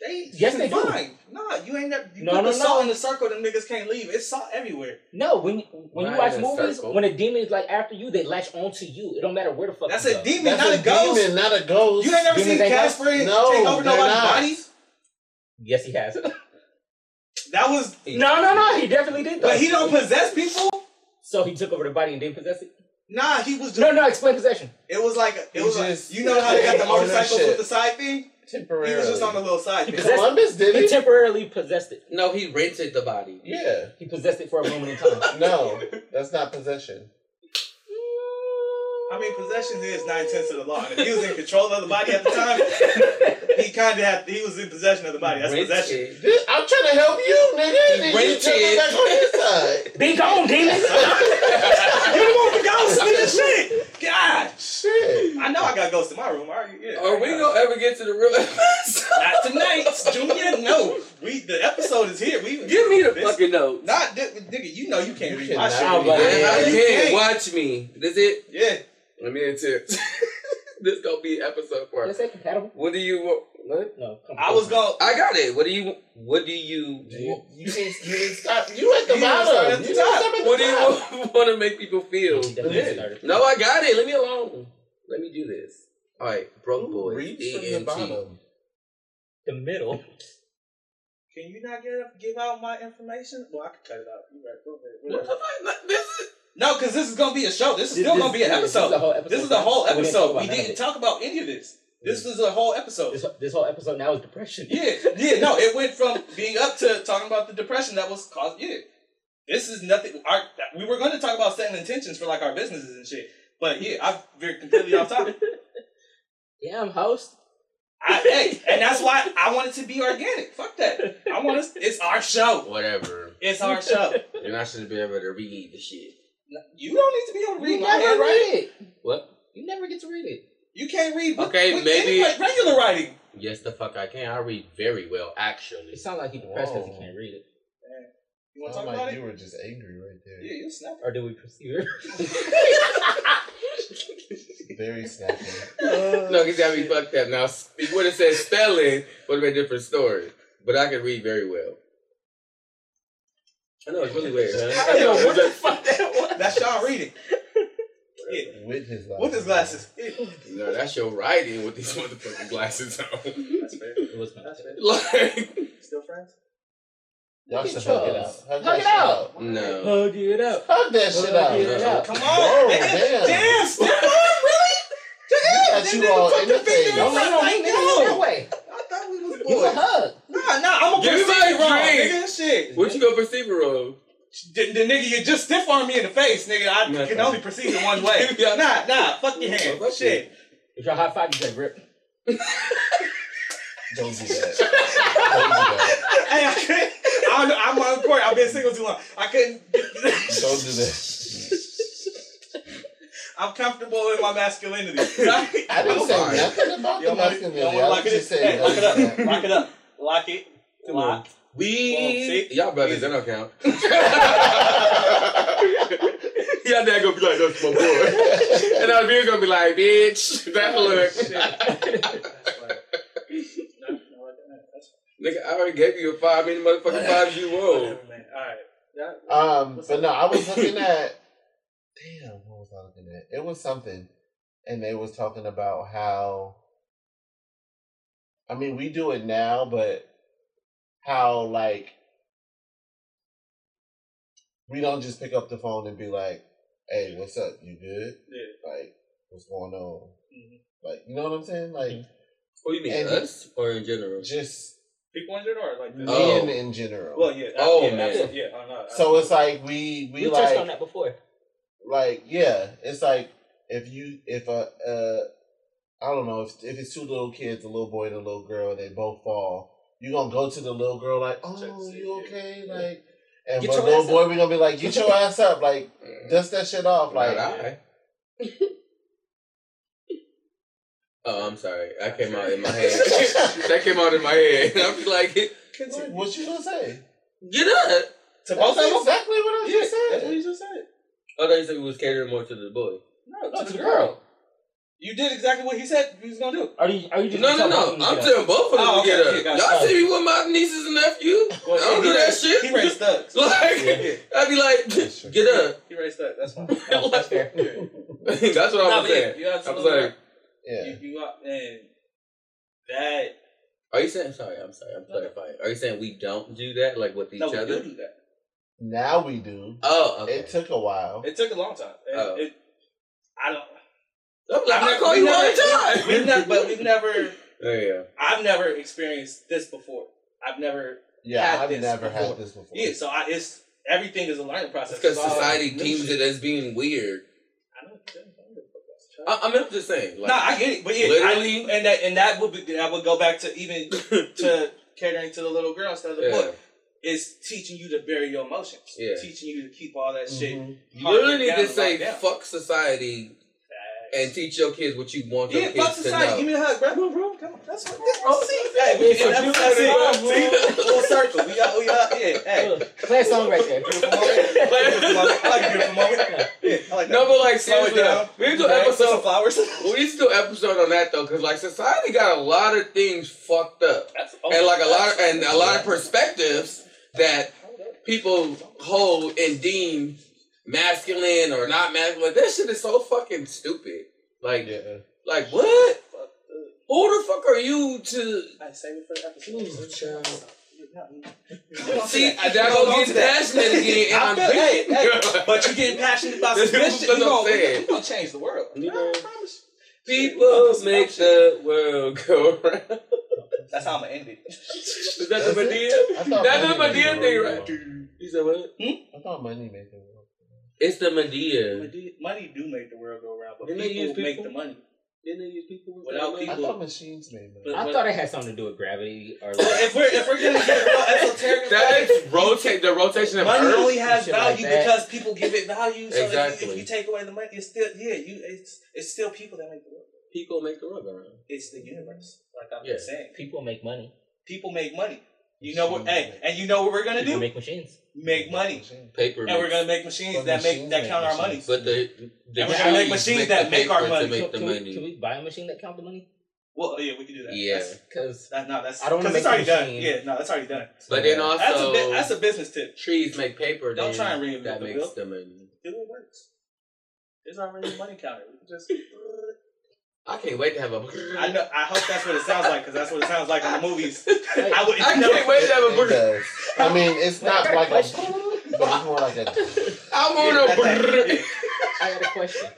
S4: They
S3: Yes, they do.
S4: fine. Nah, you ain't never. You
S3: No,
S4: put
S3: no,
S4: the salt
S3: no.
S4: in the circle. Them niggas can't leave. It's salt everywhere.
S3: No, when when you
S1: Right
S3: watch
S1: in a
S3: movies,
S1: circle.
S3: when a demon is like after you, they latch onto you. It don't matter where the fuck.
S4: That's
S3: you
S4: a
S3: go.
S4: demon,
S5: That's
S4: not a, ghost.
S5: demon, not a ghost.
S4: You ain't never
S3: Demons
S4: seen
S3: ain't ghosts?
S4: Casper take
S5: No,
S4: over
S5: they're
S4: nobody's
S5: not.
S4: body.
S3: Yes, he
S4: [laughs]
S3: has.
S4: That was,
S3: no, no, no. He definitely did. Though.
S4: but he don't possess people.
S3: So he took over the body and didn't possess it.
S4: Nah, he was. Just,
S3: No, no. Explain possession.
S4: It was like it
S5: He
S4: was like
S5: just-
S4: you know how they got the
S5: Oh, no
S4: motorcycles
S5: shit.
S4: with the side thing.
S5: Temporarily.
S4: He was just on the little side thing.
S3: Because that's-
S5: Columbus did
S3: He
S5: it.
S3: temporarily possessed it.
S1: No, he rented the body.
S5: yeah.
S3: He possessed it for a moment in
S4: [laughs]
S3: time.
S5: No, that's not possession.
S4: I mean, possession is nine tenths of the law. And if he was in control of the body at the time, he kind of had he was in possession of the body. That's
S1: Rented.
S4: possession.
S5: This- I'm trying to help you, nigga. And then you
S1: Rented.
S5: turn it back on his side.
S3: Be gone,
S4: [laughs]
S3: demon.
S4: you don't want the [laughs] ghost, nigga. Shit, God.
S5: Shit.
S4: I know I got ghosts in my room. Are yeah,
S1: Are we
S4: I got-
S1: gonna ever get to the real [laughs] episode?
S4: Not tonight, Junior. No, we the episode is here. We
S1: Give me the
S4: This-
S1: fucking note.
S4: Not di- nigga. You know you can't read
S5: You
S4: my
S5: cannot
S4: shit.
S5: read
S1: Yeah,
S5: Yeah,
S1: you
S4: you
S1: can't
S4: can't.
S1: watch me. That's it.
S4: Yeah.
S1: I mean, that's it. [laughs] this gonna be episode four.
S3: Is that compatible?
S1: What do you want? What?
S3: No. come
S4: I was
S3: on.
S4: gonna.
S1: I got it. What do you? What do you?
S5: You, you, didn't, you didn't stop.
S4: [laughs]
S5: You at the
S4: You didn't start at
S5: bottom.
S4: the
S5: You didn't
S4: top.
S5: stop at the
S1: What do you
S4: [laughs]
S5: top.
S1: want [laughs] to make people feel?
S3: He definitely
S5: Yeah.
S3: started.
S1: No, I got it. Leave me alone. Let me do this. All right, broke boy.
S5: Reach from
S4: E
S5: the bottom.
S3: The middle.
S4: Can you not get, give out my information? Well, I can cut it out. You right? Go ahead.
S1: What
S4: Whatever.
S1: the fuck? This is
S4: No, because this is gonna be a show. This is still gonna be an
S3: yeah,
S4: episode.
S3: This is a whole episode.
S4: This is a whole
S3: We didn't talk about
S4: episode. We
S3: none of
S4: didn't
S3: it.
S4: talk about any of this. This was a whole episode.
S3: This, this whole episode now is depression.
S4: Yeah, yeah, no, it went from being up to talking about the depression that was caused. Yeah, this is nothing. Our, we were going to talk about setting intentions for like our businesses and shit, but yeah, I veered completely off topic.
S3: Yeah, I'm host.
S4: I, hey, and that's why I want it to be organic. Fuck that. I want us. It's our show.
S1: whatever.
S4: It's our show.
S1: You're not gonna be able to read the shit.
S4: You don't need
S3: [laughs]
S4: to be able to
S3: You
S4: read my handwriting.
S3: never read it.
S1: What?
S3: You never get to read it.
S4: You can't read. With,
S1: Okay,
S4: with
S1: maybe-
S4: any regular writing.
S1: Yes, the fuck I can. I read very well, actually.
S3: It sounds like he depressed because he
S5: Whoa.
S3: can't read it.
S4: You want to
S5: Sound
S4: talk about
S5: like
S4: it?
S5: you were just angry right there.
S4: Yeah, you snap.
S3: Or do we [laughs] pursue
S5: Very [laughs] snappy.
S1: No, he's got me fucked up. Now, if you would have said spelling, would have been a different story. But I can read very well. I know, it's really weird. Huh?
S4: I don't
S3: [laughs]
S4: know what the
S3: fuck that was.
S4: That's y'all reading. Yeah.
S5: With his glasses.
S4: With his glasses. Yeah.
S1: No, that's your writing with these [laughs] motherfucking glasses [laughs] on.
S4: That's fair.
S3: It was not.
S4: That's fair.
S1: like,
S4: Still friends?
S5: Y'all
S3: Look
S5: should
S3: at
S5: hug it out.
S3: y'all. Hug
S5: Hug, that
S3: it
S5: shit
S3: out.
S5: out.
S1: no.
S3: Hug it up.
S5: Hug that shit
S3: Hug
S5: out.
S3: it out.
S4: Come on.
S5: [laughs] Whoa,
S4: man.
S5: damn.
S4: Damn, step up, really? Damn,
S5: got
S4: that
S5: you
S4: nigga
S5: all
S4: put
S5: in
S4: the
S5: the
S4: finger
S5: thing.
S4: in
S5: No,
S3: Don't
S4: front
S3: lean on
S4: like
S3: me, nigga,
S4: that.
S3: that way.
S4: Oh, I thought we was
S3: Give a
S4: boys.
S3: hug.
S4: Nah, nah, I'm gonna
S1: Give me my
S4: proceed wrong,
S1: drink.
S4: nigga. Shit.
S1: What you go for Steve Rowe?
S4: The, the nigga, you just stiff armed me in the face, nigga. I
S1: Nothing.
S4: can only proceed in one way. [laughs]
S1: Yeah.
S4: nah, nah, fuck your hand.
S1: Fuck
S4: Shit.
S3: If y'all high five, you say rip.
S5: Don't do that. Don't do that.
S4: Hey, I can't. I don't know. I'm on court. I've been single too long. I couldn't.
S5: Don't do that.
S4: [laughs] I'm comfortable in my [laughs] masculinity.
S5: I didn't
S4: I'm
S5: say
S4: sorry. You
S5: nothing about the
S4: don't wanna- you don't
S5: masculinity.
S4: wanna
S5: I
S4: lock
S5: was
S4: it
S5: just
S4: in?
S5: saying.
S4: Hey, lock it up.
S5: [laughs] that.
S4: Lock it up. Lock it.
S1: Come on.
S4: Lock.
S1: We
S4: Well, see?
S1: [laughs] y'all brothers, that don't count. Your dad gonna be like, that's my boy. [laughs] and our viewers gonna be like, bitch, that look.
S4: [laughs]
S1: Nigga, I already gave you a five minute motherfucking five you old.
S4: Oh,
S5: Um, but no, I
S3: [coughs]
S5: was looking at. Damn, what was I looking at? It was something, and they was talking about how. I mean, we do it now, but how like we don't just pick up the phone and be like, "Hey, what's up? You good?
S4: Yeah.
S5: Like, what's going on?
S3: Mm-hmm.
S4: Mhm.
S5: Like, you know what I'm saying? Like,
S1: What do oh, you mean,
S5: And-
S1: us or in general?
S5: just
S4: Pick one or like this.
S1: Oh.
S5: men in general.
S4: Well, yeah.
S1: Oh,
S4: yeah,
S1: man.
S4: absolutely, Yeah, I know.
S5: so it's like we we,
S3: We touched on
S5: like
S3: that before.
S5: like yeah, it's like if you if a uh, I don't know if if it's two little kids, a little boy and a little girl, and they both fall, you gonna go to the little girl like,
S4: Check to
S5: oh,
S4: see
S5: you
S4: if you-
S5: okay? Like, and
S3: Get
S5: but
S3: your
S5: little
S3: ass
S5: boy, we gonna be like, get your ass up, like dust that shit off,
S1: Not
S5: like [laughs]
S1: I. [laughs] oh, I'm sorry. I came out in
S4: [laughs]
S1: my head. that came out in my head. [laughs] I was like,
S5: what, what you gonna say?
S1: get up.
S4: to
S5: That's
S4: both of them.
S5: exactly what I
S4: Yeah,
S5: just
S4: that's what
S5: said.
S4: you just said.
S1: I thought Oh, you said we was catering more to the boy.
S4: No,
S5: No,
S4: to the girl. You did exactly what he said he was gonna
S1: [laughs]
S4: do.
S3: Are you? Are you just?
S1: No, no,
S3: talking
S1: no.
S3: about-
S1: I'm telling both of them
S4: Oh,
S1: to get
S4: okay,
S1: up.
S4: yeah,
S1: Y'all
S3: gotcha.
S1: see me with my nieces and nephews? [laughs]
S4: Well,
S1: I don't
S4: he
S1: do that
S4: raised-
S1: shit.
S4: He raised
S1: [laughs]
S4: thugs.
S1: Like,
S4: Yeah,
S1: I'd be like, get up.
S4: he raised thugs. That's fine.
S1: Like,
S4: Yeah.
S1: [laughs] That's what I
S4: No,
S1: was
S4: but yeah,
S1: saying.
S4: you
S1: I was
S4: absolutely
S1: like,
S4: right.
S5: Yeah.
S4: You, you got and that.
S1: are you saying, sorry, I'm sorry, I'm clarifying. Are you saying we don't do that, like with each
S4: No, we
S1: other?
S4: do do that.
S5: Now we do.
S1: Oh, okay.
S5: It took a while.
S4: It took a long time. It,
S1: Oh.
S4: it, I don't.
S1: I'm like,
S4: I've
S1: I
S4: never-
S1: call
S4: we
S1: you all
S4: never-
S1: the time.
S4: We've never, but we've never.
S1: yeah.
S4: I've never experienced this before. I've never.
S5: Yeah,
S4: Had
S5: I've
S4: this
S5: never
S4: before.
S5: had this before.
S4: Yeah, so I, it's everything is a learning process.
S1: That's because
S4: It's all
S1: society
S4: new
S1: deems
S4: shit.
S1: it as being weird.
S4: I don't. I don't give a fuck about
S1: I, I mean, I'm just saying. Like,
S4: no, I get it, but yeah,
S1: Literally-
S4: I, and that and that would be that would go back
S1: [laughs]
S4: to even to catering to the little girl instead of the boy.
S1: Yeah.
S4: It's teaching you to bury your emotions,
S1: Yeah.
S4: teaching you to keep all that shit.
S5: Mhm.
S1: You literally need
S4: down
S1: to
S4: and
S1: say
S4: locked down.
S1: fuck society and teach your kids what you want your
S4: Yeah,
S1: kids
S4: fuck society.
S1: to
S4: Give
S1: know.
S4: me a hug, bro. bro. Come on, that's what. That's
S3: Oh,
S4: Hey, we
S3: yeah,
S4: can
S3: so
S4: end up
S3: you
S4: that's
S3: said-
S4: it. Full circle. We got, we got, yeah. Hey,
S3: Look, [laughs] Play a song right there.
S4: beautiful moment.
S3: [laughs]
S4: Beautiful moment. I like beautiful moment. Yeah, I like that.
S1: No, but like
S4: Slow it
S1: seriously,
S4: down.
S1: we need to do
S4: Bag, put some
S1: episode. [laughs]
S4: flowers.
S1: We need to do episode on that though, because like society got a lot of things fucked up, and like a lot of, and a lot of perspectives that people hold and deem masculine or not masculine. That shit is so fucking stupid. Like,
S5: Yeah.
S1: like what? Who the fuck are you to
S4: I save it for the episode.
S1: See, that gonna get passionate again, and
S4: I
S1: I'm
S4: feel- hey,
S1: drinking. [laughs]
S4: hey, but you getting passionate about
S1: That's
S4: some good shit.
S1: what
S4: You
S1: I'm
S4: gonna,
S1: saying.
S4: you gonna change the world.
S1: You
S4: I
S1: know.
S4: promise.
S1: People make the world go round.
S4: you. That's how I'm gonna end it. [laughs]
S1: Is that the
S5: That's it?
S1: Medea?
S5: I thought
S1: That's the
S5: Money
S1: Medea
S5: made
S1: thing,
S5: the
S1: right?
S5: world.
S1: You said what?
S5: I thought money made the world.
S1: It's the Medea.
S4: Money- Money do make the world go round, but
S1: Didn't they use
S4: people make
S1: people?
S4: the money.
S1: Didn't they use people? with
S4: Without
S1: that
S5: I
S1: money?
S5: thought machines made money.
S3: I thought it had something to do with gravity or like,
S4: [laughs] if we're if we're gonna get real esoteric, about
S1: That
S4: it,
S1: is rotate the rotation of
S4: money
S1: Earth.
S4: only has
S3: Shit like
S4: value
S3: that.
S4: because people give it value. So if, you,
S1: Exactly.
S4: if you take away the money, it's still yeah, you it's it's still people that make the world.
S1: People make the world go round.
S4: It's the universe, like I've
S1: Yeah.
S4: been saying.
S3: people make money.
S4: People make money. You know what? Hey, and you know what we're gonna
S3: People
S4: do?
S3: make machines.
S4: Make money,
S1: Paper.
S4: and we're
S1: makes-
S4: gonna make machines
S5: But
S4: that make
S5: machines
S4: that
S5: make
S4: count our money.
S5: machines.
S1: But the, the
S4: And we're gonna make
S1: trees
S4: machines
S1: the
S4: that make our
S1: paper
S4: money.
S1: To make
S3: can,
S1: the
S3: can
S1: money.
S3: We, can we buy a machine that counts the money?
S4: Well, yeah, we can do that.
S1: Yeah.
S4: That's,
S3: Because
S4: that no, that's
S3: I don't wanna
S4: 'cause it's
S3: make
S4: already
S3: a
S4: done.
S3: machine.
S4: Yeah, no, that's already done.
S1: But then also
S4: That's a bu- that's a business tip.
S1: trees make paper. then
S4: Don't try and reinvent
S1: That
S4: the
S1: makes
S4: wheel.
S1: the money.
S4: Do what works. There's already a money counter. We can just.
S1: I can't wait to have a.
S4: [laughs]
S1: [laughs]
S4: I know. I hope that's what it sounds like because that's what it sounds like in the movies.
S3: Hey,
S4: I would.
S1: I can't wait to have a.
S5: It does. I mean, it's not like a, but it's more like a.
S1: I want a.
S4: Yeah,
S3: I got a
S4: [laughs]
S3: question.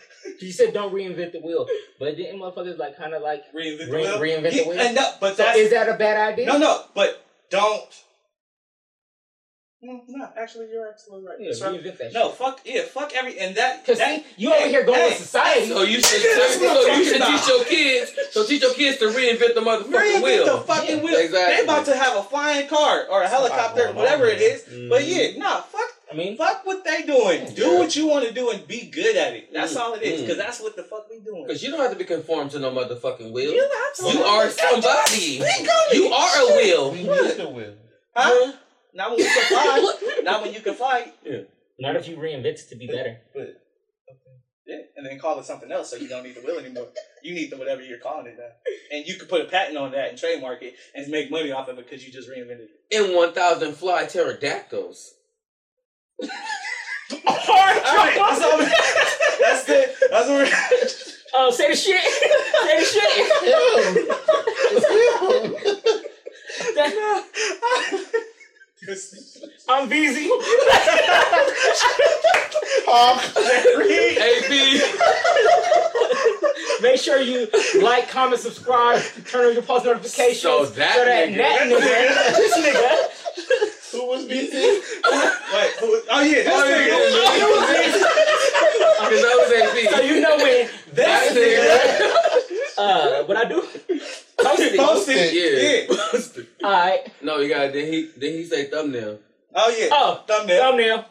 S3: You said don't reinvent the wheel, but didn't motherfuckers like kind of like
S4: Reinvent the
S3: Re-
S4: wheel.
S3: reinvent the
S4: Yeah,
S3: wheel?
S4: And no, but
S3: So
S4: that's
S3: is that a bad idea?
S4: no, no. But don't. Mm, No, actually, you're absolutely right.
S3: Yeah,
S4: That's right.
S3: reinvent that
S4: No,
S3: shit.
S4: fuck yeah, fuck every and that.
S3: Cause
S4: that
S3: see, you over here going
S4: hey,
S3: with
S1: [laughs]
S3: society.
S1: So you should,
S4: That's what I'm
S1: so you
S4: talking
S1: should
S4: about.
S1: teach your kids. So teach your kids to reinvent the motherfucking
S4: Reinvent
S1: wheel.
S4: the fucking
S3: Yeah,
S4: wheel.
S1: exactly.
S4: They about to have a flying car or a
S5: Somebody
S4: helicopter,
S5: going
S4: whatever
S5: on
S4: it is.
S1: there.
S4: But
S1: Mhm.
S4: yeah, nah, fuck,
S3: I mean,
S4: fuck what they doing. Do
S1: Yeah.
S4: what you want to do and be good at it. That's
S1: Mm,
S4: all it is,
S1: mm.
S4: because that's what the fuck we doing.
S1: Because you don't have to be conformed to no motherfucking wheel.
S4: You
S1: You,
S4: absolutely
S1: are
S4: got your
S1: somebody.
S4: Think on it.
S1: You are a
S5: We
S1: wheel.
S5: need the will.
S4: Huh?
S1: [laughs]
S4: Not when you can fly. Not when you can fly.
S3: not if you reinvent it to be better.
S5: But
S4: Yeah, and then call it something else, so you don't need the will anymore. You need the whatever you're calling it now, and you could put a patent on that and trademark it and make money off of it because you just reinvented it.
S1: In 1,000 fly pterodactyls.
S4: [laughs] All right, that's all. [laughs] that's it. That's what we're. [laughs]
S3: Oh, say the shit. [laughs] say the shit.
S5: Him. It's him.
S4: [laughs]
S3: I'm busy.
S5: Hawk.
S1: AB!
S3: Make sure you like, comment, subscribe, turn on your post notifications.
S1: So that nigga.
S4: [laughs]
S3: that
S5: Who [laughs] was busy?
S4: Wait, who- oh yeah, this nigga.
S1: Because I was AB.
S3: nigga. [laughs] So you know when
S1: That
S3: that
S1: nigga.
S3: uh but I do post it.
S4: Post it.
S1: Yeah.
S4: Yeah.
S3: Alright.
S1: no, you got then he then he say thumbnail.
S4: Oh yeah.
S3: Oh,
S4: Thumbnail.
S3: thumbnail.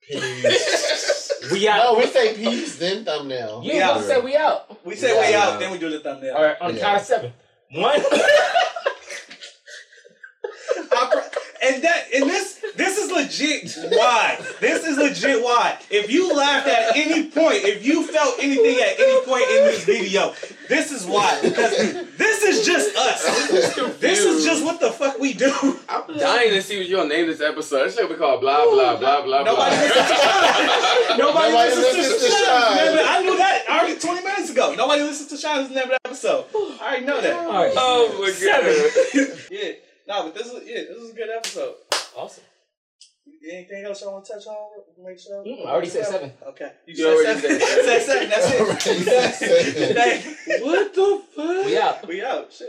S5: Peace.
S3: We out.
S5: No, we say peace, then thumbnail.
S3: you yeah.
S4: Yeah.
S3: say we out.
S4: We say
S5: Yeah,
S4: way
S5: I
S4: out,
S5: know.
S4: then we do the thumbnail.
S3: Alright, on the
S5: Yeah.
S3: count of seven. One
S4: I pr- and that and this this is legit why this is legit why if you laughed at any point if you felt anything at any point in this video this is why because this is just us this is just what the fuck we do
S1: I'm dying to see what you're gonna name this episode. This should be called blah blah blah blah
S4: nobody
S1: blah.
S4: listens to Sean nobody,
S5: Nobody
S4: listens,
S5: listens
S4: to,
S5: to
S4: Sean
S5: Sean.
S4: Man, I knew that already 20 minutes ago nobody listens to Sean's never episode I already know that
S3: Alright.
S1: [laughs] Oh my god.
S4: yeah nah but this is yeah this is a good episode
S3: Awesome.
S4: Anything else y'all want to touch on? Make sure.
S3: Mm, I already said seven.
S4: Okay. [laughs] You,
S1: already
S4: seven.
S1: said
S4: said
S5: [laughs]
S4: seven. That's it. [laughs]
S5: Already said seven.
S4: Dang.
S1: What the fuck?
S3: We out.
S4: we out. Shit.